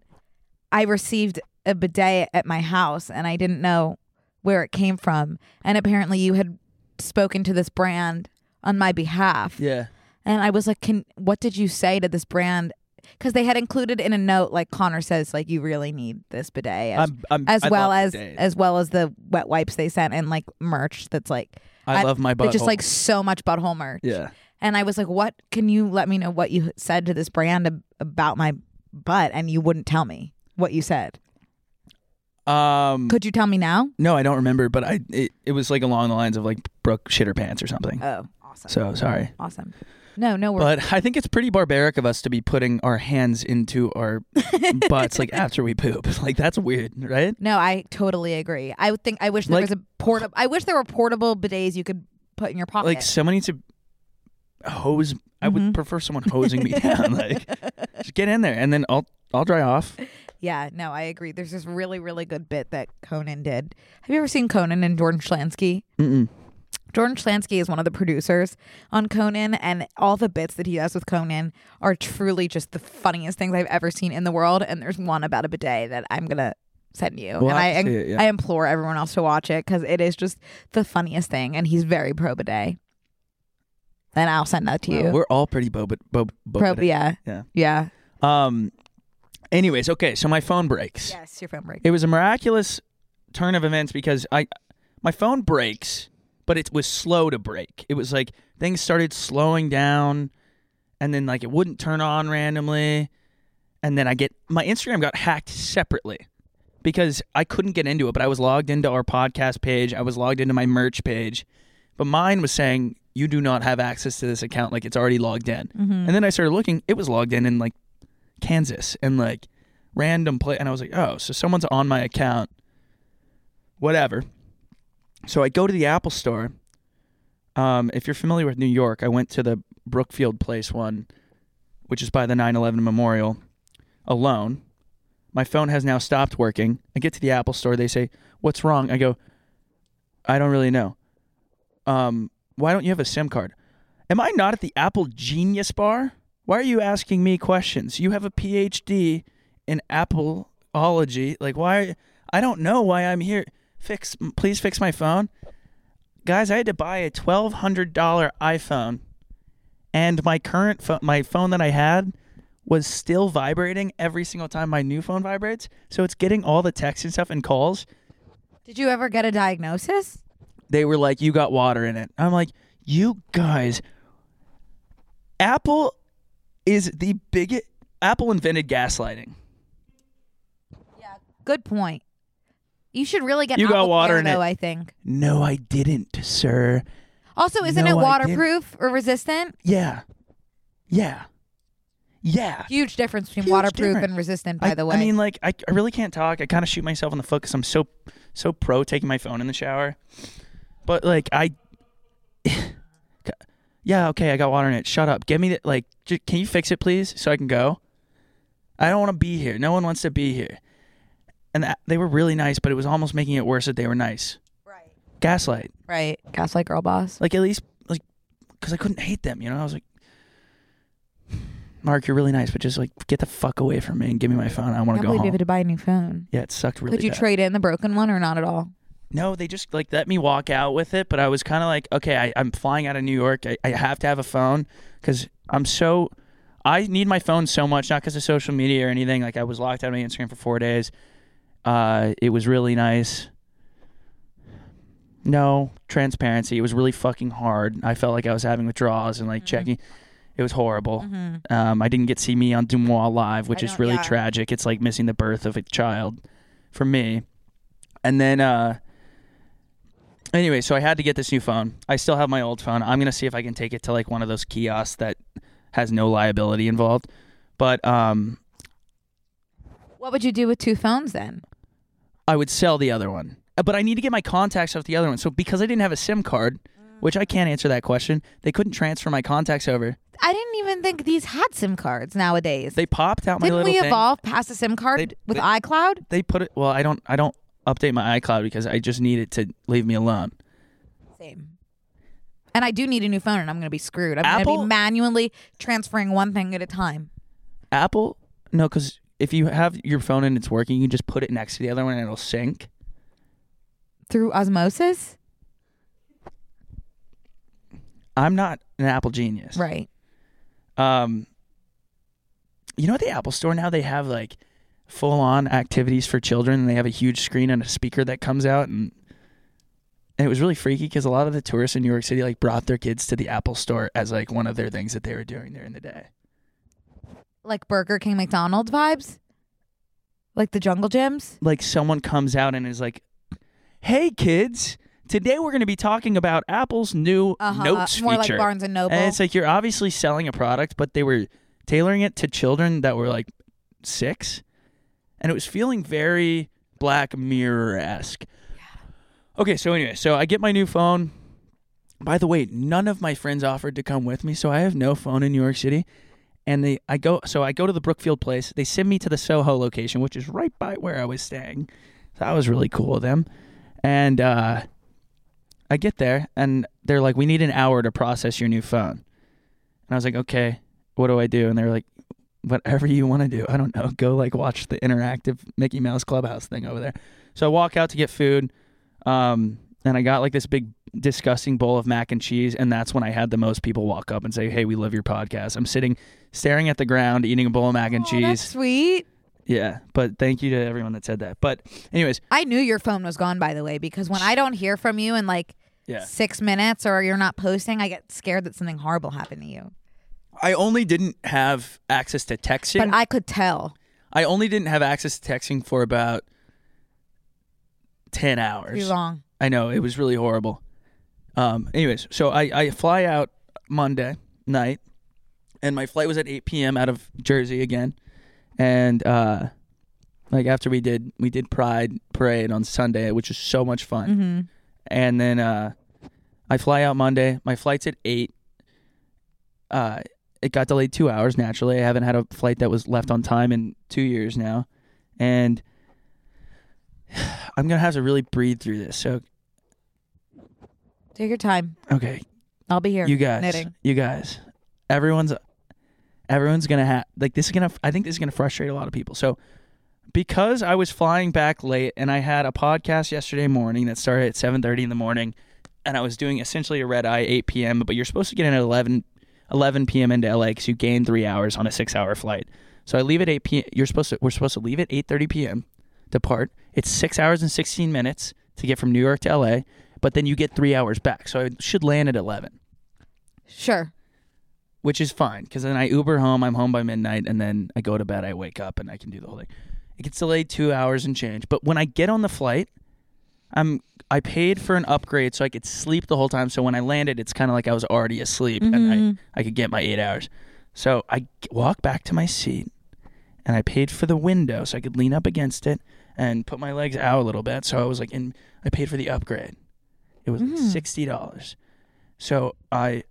[SPEAKER 2] I received a bidet at my house and I didn't know where it came from. And apparently you had spoken to this brand on my behalf.
[SPEAKER 1] Yeah.
[SPEAKER 2] And I was like, "Can what did you say to this brand?" Cuz they had included in a note like Connor says like you really need this bidet as,
[SPEAKER 1] I'm- I'm-
[SPEAKER 2] as
[SPEAKER 1] I
[SPEAKER 2] well
[SPEAKER 1] love
[SPEAKER 2] as
[SPEAKER 1] bidets.
[SPEAKER 2] as well as the wet wipes they sent and like merch that's like
[SPEAKER 1] I love my
[SPEAKER 2] but Just
[SPEAKER 1] butthole.
[SPEAKER 2] like so much butthole merch.
[SPEAKER 1] Yeah.
[SPEAKER 2] And I was like, "What? Can you let me know what you said to this brand ab- about my butt?" And you wouldn't tell me what you said.
[SPEAKER 1] Um.
[SPEAKER 2] Could you tell me now?
[SPEAKER 1] No, I don't remember, but I it, it was like along the lines of like Brooke shit her pants or something.
[SPEAKER 2] Oh, awesome.
[SPEAKER 1] Mm. So sorry.
[SPEAKER 2] awesome. No, no worries.
[SPEAKER 1] But I think it's pretty barbaric of us to be putting our hands into our butts like after we poop. Like that's weird, right?
[SPEAKER 2] no, I totally agree. I would think I wish there
[SPEAKER 1] Like-
[SPEAKER 2] was a portable. I wish there were portable bidets you could put in your pocket.
[SPEAKER 1] Like someone needs to hose. I would prefer someone hosing me down. Like just get in there, and then I'll I'll dry off.
[SPEAKER 2] yeah, no, I agree. There's this really, really good bit that Conan did. Have you ever seen Conan and Jordan Schlansky?
[SPEAKER 1] Mm-mm.
[SPEAKER 2] Jordan Schlansky is one of the producers on Conan, and all the bits that he does with Conan are truly just the funniest things I've ever seen in the world. And there's one about a bidet that I'm gonna send you,
[SPEAKER 1] We'll
[SPEAKER 2] and I
[SPEAKER 1] have to see it, yeah.
[SPEAKER 2] I implore everyone else to watch it because it is just the funniest thing, and he's very pro bidet. And I'll send that to you.
[SPEAKER 1] We're all pretty boba boba.
[SPEAKER 2] pro, yeah,
[SPEAKER 1] Yeah.
[SPEAKER 2] yeah.
[SPEAKER 1] Um. Anyways, okay. So my phone breaks.
[SPEAKER 2] Yes, your phone break.
[SPEAKER 1] It was a miraculous turn of events because I my phone breaks, but it was slow to break. It was like things started slowing down and then like it wouldn't turn on randomly and then I get my Instagram got hacked separately because I couldn't get into it, but I was logged into our podcast page, I was logged into my merch page, but mine was saying you do not have access to this account like it's already logged in. And then I started looking, it was logged in in like Kansas and like random play and I was like, "Oh, so someone's on my account." Whatever. So I go to the Apple store. Um, if you're familiar with New York, I went to the Brookfield Place one, which is by the 9/11 memorial alone. My phone has now stopped working. I get to the Apple store, they say, "What's wrong?" I go, "I don't really know." Um, why don't you have a SIM card? Am I not at the Apple Genius Bar? Why are you asking me questions? You have a PhD in Appleology. Like, why? I don't know why I'm here. Fix, please fix my phone, guys. I had to buy a twelve hundred dollar iPhone, and my current phone, my phone that I had, was still vibrating every single time my new phone vibrates. So it's getting all the texts and stuff and calls.
[SPEAKER 2] Did you ever get a diagnosis?
[SPEAKER 1] They were like, "You got water in it." I'm like, "You guys, Apple is the biggest. Apple invented gaslighting."
[SPEAKER 2] Good point. You should really get.
[SPEAKER 1] You got
[SPEAKER 2] Apple
[SPEAKER 1] water
[SPEAKER 2] Care,
[SPEAKER 1] in
[SPEAKER 2] though,
[SPEAKER 1] it.
[SPEAKER 2] I think.
[SPEAKER 1] No, I didn't, sir.
[SPEAKER 2] Also, isn't
[SPEAKER 1] No,
[SPEAKER 2] it
[SPEAKER 1] I didn't.
[SPEAKER 2] waterproof or resistant?
[SPEAKER 1] Yeah. Yeah. Yeah.
[SPEAKER 2] Huge difference between
[SPEAKER 1] Huge
[SPEAKER 2] waterproof
[SPEAKER 1] difference.
[SPEAKER 2] and resistant, by
[SPEAKER 1] I-
[SPEAKER 2] the way.
[SPEAKER 1] I mean, like, I, I really can't talk. I kind of shoot myself in the foot because I'm so, so pro taking my phone in the shower. But, like, I. yeah, okay, I got water in it. Shut up. Give me the. Like, j- can you fix it, please, so I can go? I don't want to be here. No one wants to be here. and that, they were really nice, but it was almost making it worse that they were nice.
[SPEAKER 2] Right.
[SPEAKER 1] Gaslight.
[SPEAKER 2] Right. Gaslight girl boss.
[SPEAKER 1] Like at least like because I couldn't hate them. You know, I was like, Mark, you're really nice, but just like get the fuck away from me and give me my phone. I want
[SPEAKER 2] can't
[SPEAKER 1] to go
[SPEAKER 2] believe you
[SPEAKER 1] home.
[SPEAKER 2] had to buy a new phone.
[SPEAKER 1] Yeah, it sucked really.
[SPEAKER 2] Could you
[SPEAKER 1] bad.
[SPEAKER 2] trade in the broken one or not at all?
[SPEAKER 1] No, they just like let me walk out with it, but I was kind of like, okay, I, I'm flying out of New York. I, I have to have a phone because I'm so. I need my phone so much, not because of social media or anything. Like I was locked out of my Instagram for four days. Uh, it was really nice. No transparency. It was really fucking hard. I felt like I was having withdrawals and
[SPEAKER 2] Mm-hmm.
[SPEAKER 1] like checking. It was horrible. Um, I didn't get to see me on Dumois live, which
[SPEAKER 2] I
[SPEAKER 1] is
[SPEAKER 2] don't-
[SPEAKER 1] really
[SPEAKER 2] yeah.
[SPEAKER 1] tragic. It's like missing the birth of a child for me. And then, uh, anyway, so I had to get this new phone. I still have my old phone. I'm gonna see if I can take it to like one of those kiosks that has no liability involved. But um,
[SPEAKER 2] What would you do with two phones then?
[SPEAKER 1] I would sell the other one. Uh, But I need to get my contacts off the other one. So because I didn't have a SIM card,
[SPEAKER 2] Mm.
[SPEAKER 1] which I can't answer that question, they couldn't transfer my contacts over.
[SPEAKER 2] I didn't even think these had SIM cards nowadays.
[SPEAKER 1] They popped out my
[SPEAKER 2] Didn't
[SPEAKER 1] little
[SPEAKER 2] we
[SPEAKER 1] thing.
[SPEAKER 2] evolve past a SIM card
[SPEAKER 1] They-
[SPEAKER 2] with
[SPEAKER 1] they-
[SPEAKER 2] iCloud?
[SPEAKER 1] They put it. Well, I don't. I don't update my iCloud because I just need it to leave me alone.
[SPEAKER 2] Same. And I do need a new phone, and I'm going to be screwed. I'm going to
[SPEAKER 1] Apple-
[SPEAKER 2] be manually transferring one thing at a time.
[SPEAKER 1] Apple, no, because if you have your phone and it's working, you just put it next to the other one and it'll sync.
[SPEAKER 2] Through osmosis?
[SPEAKER 1] I'm not an Apple genius.
[SPEAKER 2] Right.
[SPEAKER 1] Um, you know, at the Apple store now they have like full on activities for children and they have a huge screen and a speaker that comes out. And, and it was really freaky because a lot of the tourists in New York City like brought their kids to the Apple store as like one of their things that they were doing during the day.
[SPEAKER 2] Like Burger King McDonald's vibes? Like the jungle gyms?
[SPEAKER 1] Like someone comes out and is like, hey, kids. Today we're going to be talking about Apple's new
[SPEAKER 2] Uh-huh.
[SPEAKER 1] notes
[SPEAKER 2] More like
[SPEAKER 1] feature."
[SPEAKER 2] Barnes and Noble.
[SPEAKER 1] And it's like you're obviously selling a product, but they were tailoring it to children that were like six, and it was feeling very Black Mirror esque. Okay, so anyway, so I get my new phone. By the way, none of my friends offered to come with me, so I have no phone in New York City. And they, I go, so I go to the Brookfield place. They send me to the Soho location, which is right by where I was staying. So that was really cool of them. And uh, I get there and they're like, we need an hour to process your new phone. And I was like, okay, what do I do? And they're like, whatever you want to do. I don't know. Go like watch the interactive Mickey Mouse Clubhouse thing over there. So I walk out to get food. Um, and I got like this big, disgusting bowl of mac and cheese. And that's when I had the most people walk up and say, hey, we love your podcast. I'm sitting staring at the ground, eating a bowl of mac and
[SPEAKER 2] Oh, that's
[SPEAKER 1] cheese.
[SPEAKER 2] sweet.
[SPEAKER 1] Yeah. But thank you to everyone that said that. But, anyways,
[SPEAKER 2] I knew your phone was gone, by the way, because when I don't hear from you in like
[SPEAKER 1] yeah.
[SPEAKER 2] six minutes or you're not posting, I get scared that something horrible happened to you.
[SPEAKER 1] I only didn't have access to texting.
[SPEAKER 2] But I could tell.
[SPEAKER 1] I only didn't have access to texting for about 10
[SPEAKER 2] Too
[SPEAKER 1] hours.
[SPEAKER 2] long.
[SPEAKER 1] I know, it was really horrible. Um, anyways, so I, I fly out Monday night, and my flight was at 8 p.m. out of Jersey again. And, uh, like after we did we did Pride Parade on Sunday, which was so much fun. And then uh, I fly out Monday. My flight's at eight. Uh, it got delayed two hours. Naturally, I haven't had a flight that was left on time in two years now, and I'm gonna have to really breathe through this. So
[SPEAKER 2] Take your time.
[SPEAKER 1] okay,
[SPEAKER 2] I'll be here.
[SPEAKER 1] you guys,
[SPEAKER 2] Knitting.
[SPEAKER 1] you guys, everyone's, everyone's gonna have like this is gonna. I think this is gonna frustrate a lot of people. So, because I was flying back late and I had a podcast yesterday morning that started at seven thirty in the morning, and I was doing essentially a red eye eight p.m. But you're supposed to get in at 11, 11 p.m. into LA because you gain three hours on a six-hour flight. So I leave at eight p.m. You're supposed to. We're supposed to leave at eight thirty p.m. Depart. It's six hours and sixteen minutes to get from New York to LA. But then you get three hours back, so I should land at eleven
[SPEAKER 2] Sure.
[SPEAKER 1] which is fine because then I Uber home. I'm home by midnight, and then I go to bed. I wake up and I can do the whole thing. It gets delayed two hours and change. But when I get on the flight, I'm I paid for an upgrade so I could sleep the whole time. So when I landed, it's kind of like I was already asleep and I, I could get my eight hours. So I g- walk back to my seat and I paid for the window so I could lean up against it and put my legs out a little bit. So I was like, and I paid for the upgrade. It was like sixty dollars. So I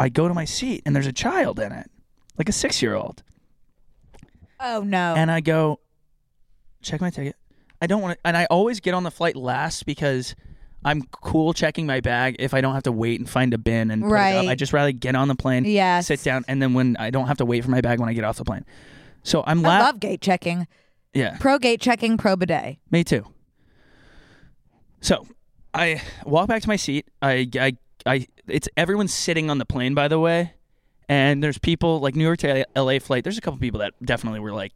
[SPEAKER 1] I go to my seat and there's a child in it, like a six year old.
[SPEAKER 2] Oh no.
[SPEAKER 1] And I go, check my ticket. I don't want to, and I always get on the flight last because I'm cool checking my bag if I don't have to wait and find a bin and put it up.
[SPEAKER 2] Right.
[SPEAKER 1] I just rather get on the plane,
[SPEAKER 2] Yes.
[SPEAKER 1] sit down, and then when I don't have to wait for my bag when I get off the plane. So I'm
[SPEAKER 2] I
[SPEAKER 1] la-
[SPEAKER 2] love gate checking.
[SPEAKER 1] yeah,
[SPEAKER 2] Pro gate checking, pro bidet.
[SPEAKER 1] me too. So I walk back to my seat. I, I, I, it's everyone's sitting on the plane, by the way. And there's people like New York to LA flight. There's a couple people that definitely were like,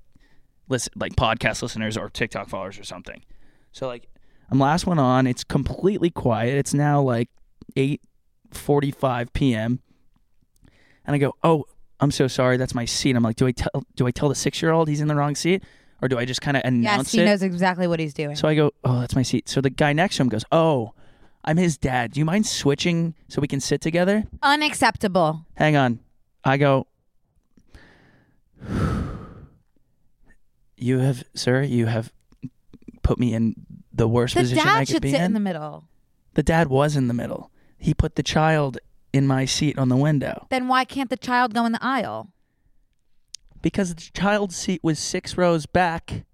[SPEAKER 1] listen, like podcast listeners or TikTok followers or something. So like, I'm last one on. It's completely quiet. It's now like 8:45 p.m. And I go, "Oh, I'm so sorry. That's my seat." I'm like, "Do I tell? Do I tell the six year old he's in the wrong seat, or do I just kind of
[SPEAKER 2] Yes,
[SPEAKER 1] announce
[SPEAKER 2] he
[SPEAKER 1] it?"
[SPEAKER 2] knows exactly what he's doing.
[SPEAKER 1] So I go, oh, that's my seat. So the guy next to him goes, oh, I'm his dad. Do you mind switching so we can sit together?
[SPEAKER 2] Unacceptable.
[SPEAKER 1] Hang on. I go, you have, sir, you have put me in the worst
[SPEAKER 2] The
[SPEAKER 1] position I
[SPEAKER 2] dad
[SPEAKER 1] could
[SPEAKER 2] should
[SPEAKER 1] be
[SPEAKER 2] sit in
[SPEAKER 1] in.
[SPEAKER 2] the middle.
[SPEAKER 1] the dad was in the middle. He put the child in my seat on the window
[SPEAKER 2] Then why can't the child go in the aisle?
[SPEAKER 1] because the child's seat was six rows back,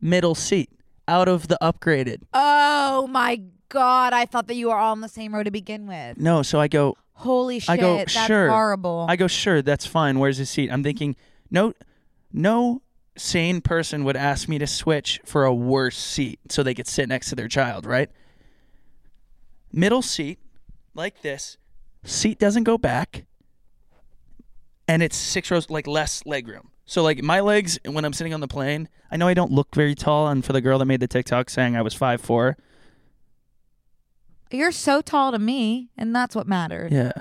[SPEAKER 1] middle seat, out of the upgraded.
[SPEAKER 2] Oh my god! I thought that you were all on the same row to begin with.
[SPEAKER 1] No, so I go,
[SPEAKER 2] Holy shit!
[SPEAKER 1] I go,
[SPEAKER 2] that's
[SPEAKER 1] sure.
[SPEAKER 2] horrible.
[SPEAKER 1] I go, sure, that's fine. Where's his seat? I'm thinking, no, no sane person would ask me to switch for a worse seat so they could sit next to their child, right? Middle seat, like this, seat doesn't go back, and it's six rows, like less leg room. So like my legs when I'm sitting on the plane, I know I don't look very tall. And for the girl that made the TikTok saying I was five four,
[SPEAKER 2] You're so tall to me, and that's what mattered.
[SPEAKER 1] Yeah.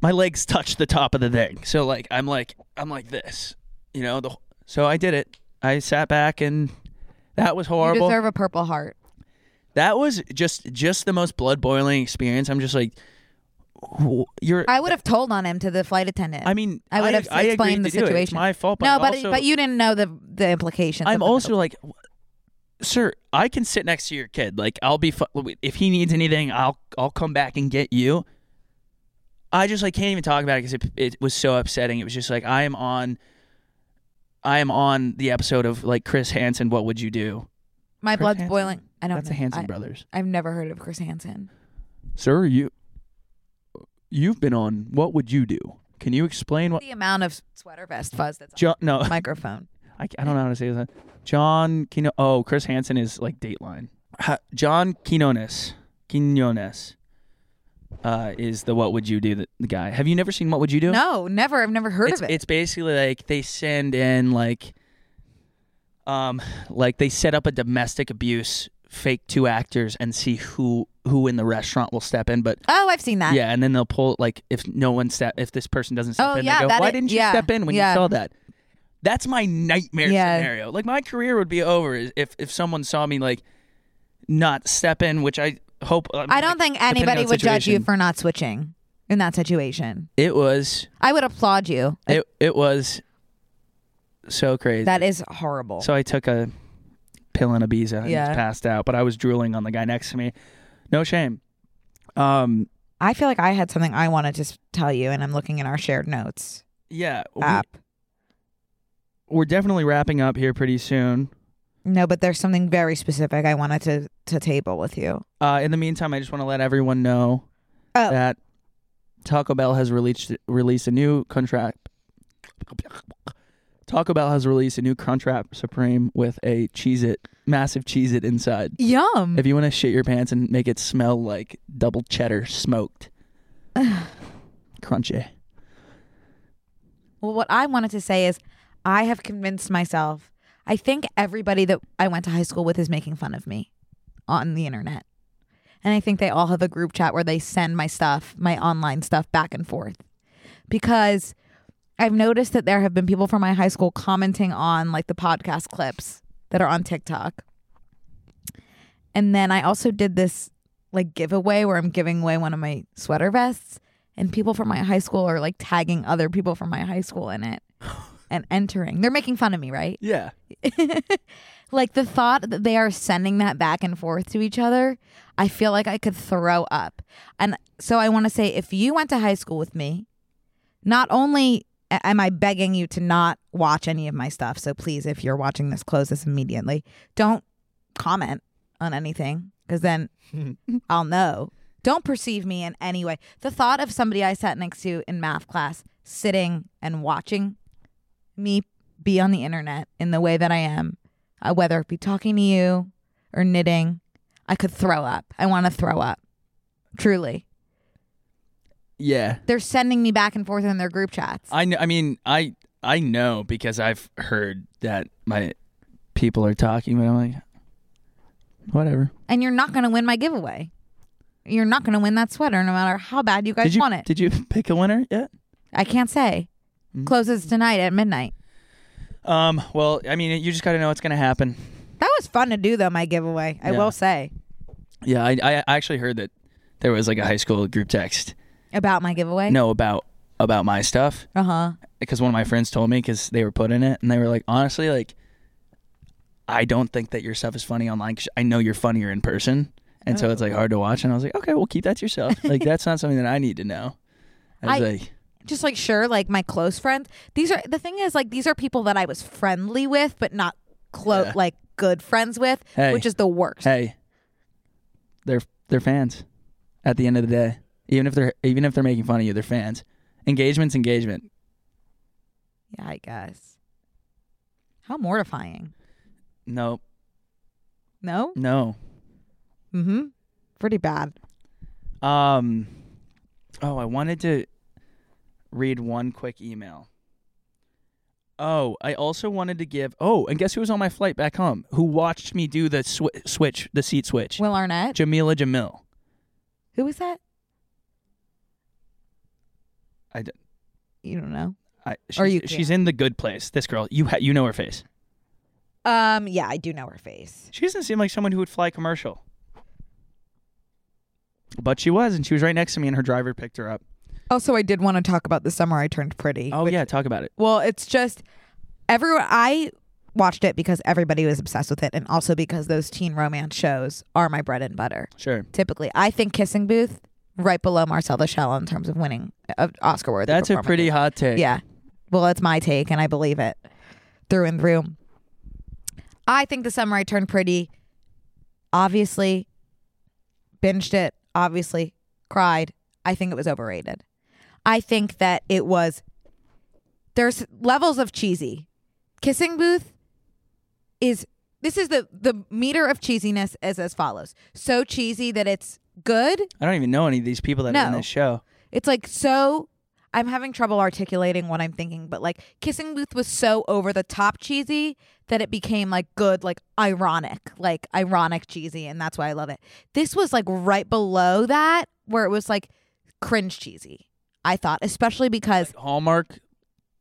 [SPEAKER 1] My legs touch the top of the thing. So like I'm like I'm like this. You know, the so I did it. I sat back and that was
[SPEAKER 2] You
[SPEAKER 1] horrible.
[SPEAKER 2] deserve a purple heart.
[SPEAKER 1] that was just just the most blood-boiling experience. I'm just like wh- you're
[SPEAKER 2] I would have told on him to the flight attendant.
[SPEAKER 1] I mean,
[SPEAKER 2] I would
[SPEAKER 1] I-
[SPEAKER 2] have
[SPEAKER 1] I agreed
[SPEAKER 2] explained
[SPEAKER 1] to
[SPEAKER 2] the
[SPEAKER 1] do it. It's
[SPEAKER 2] situation.
[SPEAKER 1] my fault, but
[SPEAKER 2] no,
[SPEAKER 1] I'm
[SPEAKER 2] but
[SPEAKER 1] also-
[SPEAKER 2] but you didn't know the the implications.
[SPEAKER 1] I'm
[SPEAKER 2] of the
[SPEAKER 1] also like, sir, I can sit next to your kid. Like, I'll be fu- if he needs anything, I'll I'll come back and get you. I just like can't even talk about it because it, it was so upsetting. It was just like I am on, I am on the episode of like Chris Hansen. What would you do?
[SPEAKER 2] my
[SPEAKER 1] Chris
[SPEAKER 2] blood's
[SPEAKER 1] Hansen?
[SPEAKER 2] boiling. I don't.
[SPEAKER 1] That's
[SPEAKER 2] know.
[SPEAKER 1] the Hansen
[SPEAKER 2] I,
[SPEAKER 1] brothers,
[SPEAKER 2] I've never heard of Chris Hansen.
[SPEAKER 1] sir. You, you've been on. What would you do? Can you explain what?
[SPEAKER 2] The amount of sweater vest fuzz that's
[SPEAKER 1] John, no,
[SPEAKER 2] on the microphone.
[SPEAKER 1] I, I don't know how to say that. John Quino. Oh, Chris Hansen is like Dateline. Ha, John Quinones. Quinones uh, is the What Would You Do the, the guy. Have you never seen What Would You Do?
[SPEAKER 2] No, never. I've never heard
[SPEAKER 1] it's,
[SPEAKER 2] of it.
[SPEAKER 1] It's basically like they send in like, um, like they set up a domestic abuse fake two actors and see who who in the restaurant will step in. But
[SPEAKER 2] oh, I've seen that.
[SPEAKER 1] yeah, and then they'll pull like if no one step if this person doesn't step
[SPEAKER 2] Oh,
[SPEAKER 1] in,
[SPEAKER 2] yeah,
[SPEAKER 1] they go,
[SPEAKER 2] that
[SPEAKER 1] "Why
[SPEAKER 2] i-
[SPEAKER 1] didn't you
[SPEAKER 2] yeah,
[SPEAKER 1] step in when
[SPEAKER 2] yeah.
[SPEAKER 1] you saw that?" That's my nightmare
[SPEAKER 2] Yeah.
[SPEAKER 1] scenario. Like my career would be over is- if if someone saw me like not step in, which I hope. I, mean,
[SPEAKER 2] I don't
[SPEAKER 1] like,
[SPEAKER 2] think
[SPEAKER 1] depending
[SPEAKER 2] anybody
[SPEAKER 1] on the
[SPEAKER 2] would judge you
[SPEAKER 1] situation.
[SPEAKER 2] for not switching in that situation.
[SPEAKER 1] It was
[SPEAKER 2] I would applaud you.
[SPEAKER 1] it it was so crazy.
[SPEAKER 2] That is horrible.
[SPEAKER 1] So I took a pill and a Ibiza and
[SPEAKER 2] Yeah.
[SPEAKER 1] passed out, but I was drooling on the guy next to me. No shame. Um.
[SPEAKER 2] I feel like I had something I wanted to s- tell you, and I'm looking in our shared notes
[SPEAKER 1] Yeah. we-
[SPEAKER 2] app.
[SPEAKER 1] we're definitely wrapping up here pretty soon.
[SPEAKER 2] No, but there's something very specific I wanted to to table with you.
[SPEAKER 1] Uh, in the meantime, I just want to let everyone know
[SPEAKER 2] Oh.
[SPEAKER 1] that Taco Bell has released released a new contract. Taco Bell has released a new contract supreme with a cheese it massive cheese it inside.
[SPEAKER 2] Yum.
[SPEAKER 1] If you want to shit your pants and make it smell like double cheddar smoked, crunchy.
[SPEAKER 2] Well, what I wanted to say is I have convinced myself. I think everybody that I went to high school with is making fun of me on the internet. And I think they all have a group chat where they send my stuff, my online stuff back and forth. Because I've noticed that there have been people from my high school commenting on like the podcast clips that are on TikTok. And then I also did this like giveaway where I'm giving away one of my sweater vests and people from my high school are like tagging other people from my high school in it and entering. They're making fun of me, right?
[SPEAKER 1] Yeah.
[SPEAKER 2] Like the thought that they are sending that back and forth to each other, I feel like I could throw up. And so I want to say if you went to high school with me, not only a- am I begging you to not watch any of my stuff? So please, if you're watching this, close this immediately. Don't comment on anything because then I'll know. Don't perceive me in any way. The thought of somebody I sat next to in math class sitting and watching me be on the internet in the way that I am, uh, whether it be talking to you or knitting, I could throw up. I want to throw up. Truly.
[SPEAKER 1] Yeah.
[SPEAKER 2] They're sending me back and forth in their group chats.
[SPEAKER 1] I kn- I mean, I I know because I've heard that my people are talking, but I'm like, whatever.
[SPEAKER 2] and you're not going to win my giveaway. You're not going to win that sweater no matter how bad you guys
[SPEAKER 1] did you
[SPEAKER 2] want it.
[SPEAKER 1] did Hmm? you pick a winner yet?
[SPEAKER 2] I can't say. Closes tonight at midnight.
[SPEAKER 1] Um. Well, I mean, you just got to know what's gonna happen.
[SPEAKER 2] That was fun to do though, my giveaway. I
[SPEAKER 1] Yeah.
[SPEAKER 2] will say
[SPEAKER 1] Yeah. I I actually heard that there was like a high school group text.
[SPEAKER 2] about my giveaway.
[SPEAKER 1] No, about about my stuff.
[SPEAKER 2] Uh-huh.
[SPEAKER 1] because one of my friends told me because they were put in it and they were like honestly like i don't think that your stuff is funny online 'cause i know you're funnier in person and so it's like hard to watch and i was like okay well keep that to yourself like that's not something that i need to know i was
[SPEAKER 2] I-
[SPEAKER 1] like
[SPEAKER 2] Just like sure, like my close friends. These are the thing is like these are people that I was friendly with but not close
[SPEAKER 1] Yeah.
[SPEAKER 2] like good friends with,
[SPEAKER 1] Hey.
[SPEAKER 2] which is the worst.
[SPEAKER 1] hey they're they're fans at the end of the day even if they're even if they're making fun of you they're fans engagement's engagement
[SPEAKER 2] Yeah, I guess. How mortifying.
[SPEAKER 1] no
[SPEAKER 2] No?
[SPEAKER 1] no
[SPEAKER 2] Mhm. Pretty bad.
[SPEAKER 1] Um, oh, I wanted to read one quick email. Oh, I also wanted to give. Oh, and guess who was on my flight back home? Who watched me do the sw- switch, the seat switch?
[SPEAKER 2] Will Arnett?
[SPEAKER 1] Jamila Jamil.
[SPEAKER 2] Who was that?
[SPEAKER 1] I, d-
[SPEAKER 2] You don't know.
[SPEAKER 1] I she's,
[SPEAKER 2] Or you
[SPEAKER 1] she's
[SPEAKER 2] can't.
[SPEAKER 1] in the good place. This girl, you ha- you know her face.
[SPEAKER 2] Um, yeah, I do know her face.
[SPEAKER 1] She doesn't seem like someone who would fly commercial. But she was, and she was right next to me, and her driver picked her up.
[SPEAKER 2] Also, I did want to talk about the summer I turned pretty.
[SPEAKER 1] Oh yeah, talk about it.
[SPEAKER 2] Well, it's just everyone. I watched it because everybody was obsessed with it, and also because those teen romance shows are my bread and butter.
[SPEAKER 1] Sure,
[SPEAKER 2] Typically, I think Kissing Booth right below Marcel the Shell in terms of winning of Oscar worthy.
[SPEAKER 1] that's a pretty hot take.
[SPEAKER 2] Yeah. Well, that's my take, and I believe it through and through. I think the summer I turned pretty. Obviously, binged it. Obviously, cried. I think it was overrated. I think that it was. There's levels of cheesy. Kissing Booth is this is the the meter of cheesiness is as follows. So cheesy that it's good.
[SPEAKER 1] I don't even know any of these people that are in
[SPEAKER 2] No.
[SPEAKER 1] this show.
[SPEAKER 2] It's like so. I'm having trouble articulating what I'm thinking, but like Kissing Booth was so over the top cheesy that it became like good, like ironic, like ironic cheesy, and that's why I love it. This was like right below that where it was like cringe cheesy. I thought, especially because
[SPEAKER 1] Hallmark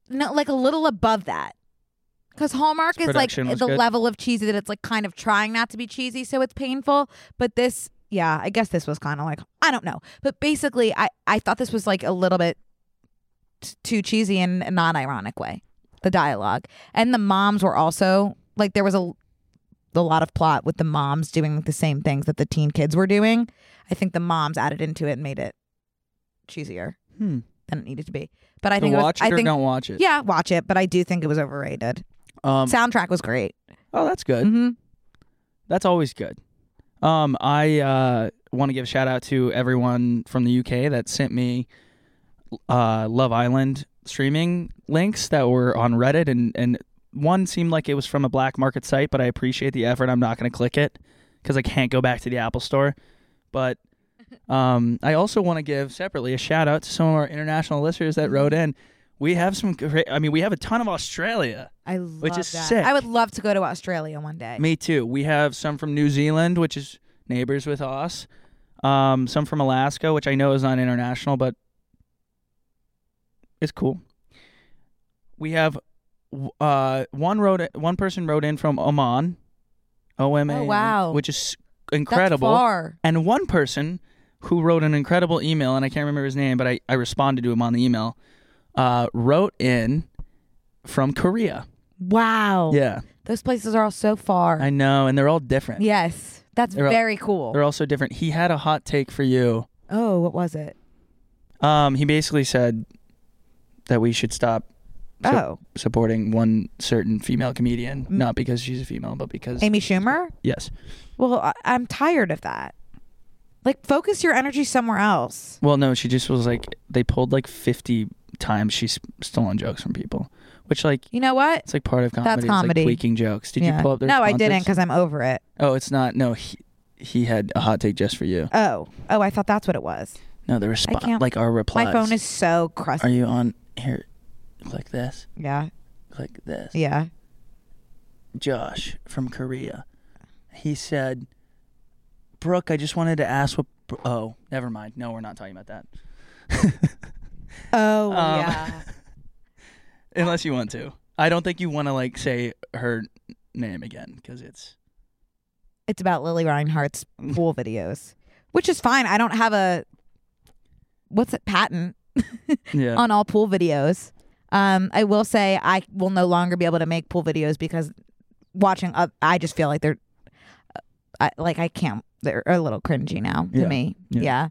[SPEAKER 2] no, like a little above that. Because Hallmark
[SPEAKER 1] Its
[SPEAKER 2] is like
[SPEAKER 1] production was
[SPEAKER 2] the
[SPEAKER 1] good.
[SPEAKER 2] level of cheesy that it's like kind of trying not to be cheesy, so it's painful. But this, yeah, I guess this was kind of like I don't know, but basically, I I thought this was like a little bit t- too cheesy in a non-ironic way. The dialogue and the moms were also like there was a a lot of plot with the moms doing the same things that the teen kids were doing. I think the moms added into it and made it cheesier
[SPEAKER 1] Hmm.
[SPEAKER 2] than it needed to be. But I
[SPEAKER 1] to
[SPEAKER 2] think it was-
[SPEAKER 1] watch it
[SPEAKER 2] I
[SPEAKER 1] or
[SPEAKER 2] think
[SPEAKER 1] don't watch it.
[SPEAKER 2] yeah, watch it, but I do think it was overrated.
[SPEAKER 1] Um,
[SPEAKER 2] Soundtrack was great.
[SPEAKER 1] oh, that's good.
[SPEAKER 2] hmm
[SPEAKER 1] That's always good. Um, I uh, want to give a shout out to everyone from the UK that sent me uh, Love Island streaming links that were on Reddit, and and one seemed like it was from a black market site, but I appreciate the effort. I'm not going to click it because I can't go back to the Apple Store. But um, I also want to give separately a shout out to some of our international listeners that wrote in. We have some great. I mean, we have a ton of Australia.
[SPEAKER 2] I love
[SPEAKER 1] is
[SPEAKER 2] that.
[SPEAKER 1] sick.
[SPEAKER 2] I would love to go to Australia one day.
[SPEAKER 1] Me too. We have some from New Zealand, which is neighbors with us. Um, some from Alaska, which I know is not international, but it's cool. We have w- uh, one wrote one person wrote in from Oman, O M A,
[SPEAKER 2] Oh, wow.
[SPEAKER 1] which is
[SPEAKER 2] That's
[SPEAKER 1] incredible.
[SPEAKER 2] far.
[SPEAKER 1] And one person who wrote an incredible email, and I can't remember his name, but I, I responded to him on the email, uh, wrote in from Korea.
[SPEAKER 2] Wow.
[SPEAKER 1] Yeah,
[SPEAKER 2] Those places are all so far.
[SPEAKER 1] I know, and they're all different.
[SPEAKER 2] yes. That's
[SPEAKER 1] They're all-
[SPEAKER 2] very cool.
[SPEAKER 1] They're also different. He had a hot take for you.
[SPEAKER 2] oh, what was it?
[SPEAKER 1] Um, he basically said that we should stop So-
[SPEAKER 2] Oh,
[SPEAKER 1] supporting one certain female
[SPEAKER 2] Mm.
[SPEAKER 1] comedian, not because she's a female, but because
[SPEAKER 2] Amy Schumer.
[SPEAKER 1] yes.
[SPEAKER 2] Well, I- I'm tired of that. Like, focus your energy somewhere else.
[SPEAKER 1] Well, no, she just was like they pulled like fifty times she's stolen jokes from people, which like
[SPEAKER 2] You know what?
[SPEAKER 1] it's like part of comedy.
[SPEAKER 2] That's
[SPEAKER 1] It's,
[SPEAKER 2] comedy.
[SPEAKER 1] like tweaking jokes. Did you pull up their
[SPEAKER 2] no, I
[SPEAKER 1] sponsors?
[SPEAKER 2] didn't because I'm over it.
[SPEAKER 1] oh, it's not. No, he, he had a hot take just for you.
[SPEAKER 2] Oh, oh, I thought that's what it was.
[SPEAKER 1] No, the response
[SPEAKER 2] can't-
[SPEAKER 1] like our replies.
[SPEAKER 2] My phone is so
[SPEAKER 1] Are
[SPEAKER 2] crusty.
[SPEAKER 1] you on here? Click this.
[SPEAKER 2] yeah,
[SPEAKER 1] Click this.
[SPEAKER 2] yeah.
[SPEAKER 1] Josh from Korea. He said, "Brooke, I just wanted to ask what." Br- Oh, never mind. No, we're not talking about that.
[SPEAKER 2] Oh,
[SPEAKER 1] Um,
[SPEAKER 2] yeah.
[SPEAKER 1] Unless you want to. I don't think you want to like say her name again because it's
[SPEAKER 2] It's about Lily Reinhardt's pool videos, which is fine. I don't have a what's it patent
[SPEAKER 1] yeah.
[SPEAKER 2] on all pool videos. Um, I will say I will no longer be able to make pool videos because watching, uh, I just feel like they're, uh, I, like I can't. They're a little cringy now to
[SPEAKER 1] Yeah.
[SPEAKER 2] me.
[SPEAKER 1] Yeah.
[SPEAKER 2] Yeah.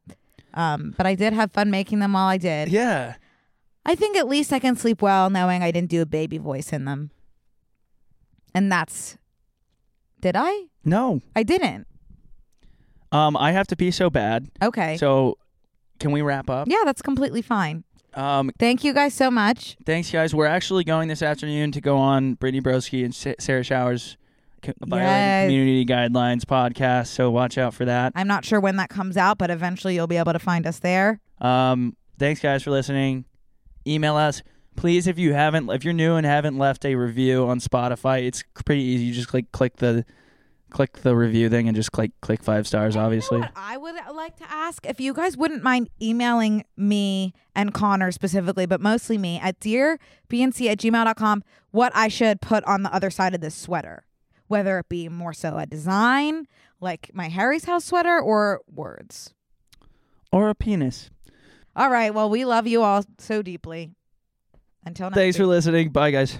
[SPEAKER 2] Um, but I did have fun making them while I did.
[SPEAKER 1] yeah.
[SPEAKER 2] I think at least I can sleep well knowing I didn't do a baby voice in them. And that's. Did I?
[SPEAKER 1] No.
[SPEAKER 2] I didn't.
[SPEAKER 1] Um, I have to pee so bad.
[SPEAKER 2] Okay.
[SPEAKER 1] So, can we wrap up?
[SPEAKER 2] yeah, that's completely fine.
[SPEAKER 1] Um,
[SPEAKER 2] Thank you guys so much.
[SPEAKER 1] thanks guys. We're actually going this afternoon to go on Brittany Broski and Sa- Sarah Showers co- violating
[SPEAKER 2] Yes.
[SPEAKER 1] community guidelines podcast. So watch out for that.
[SPEAKER 2] I'm not sure when that comes out, but eventually you'll be able to find us there.
[SPEAKER 1] Um, thanks guys for listening. Email us. Please, if you haven't, if you're new and haven't left a review on Spotify, it's pretty easy. You just click click the click the review thing and just click click five stars. Obviously,
[SPEAKER 2] What I would uh, like to ask if you guys wouldn't mind emailing me and Connor specifically, but mostly me at dearbnc at gmail.com what I should put on the other side of this sweater, whether it be more so a design, like my Harry's House sweater, or words.
[SPEAKER 1] or a penis.
[SPEAKER 2] All right. Well, we love you all so deeply. Until next
[SPEAKER 1] Thanks
[SPEAKER 2] week.
[SPEAKER 1] for listening. Bye, guys.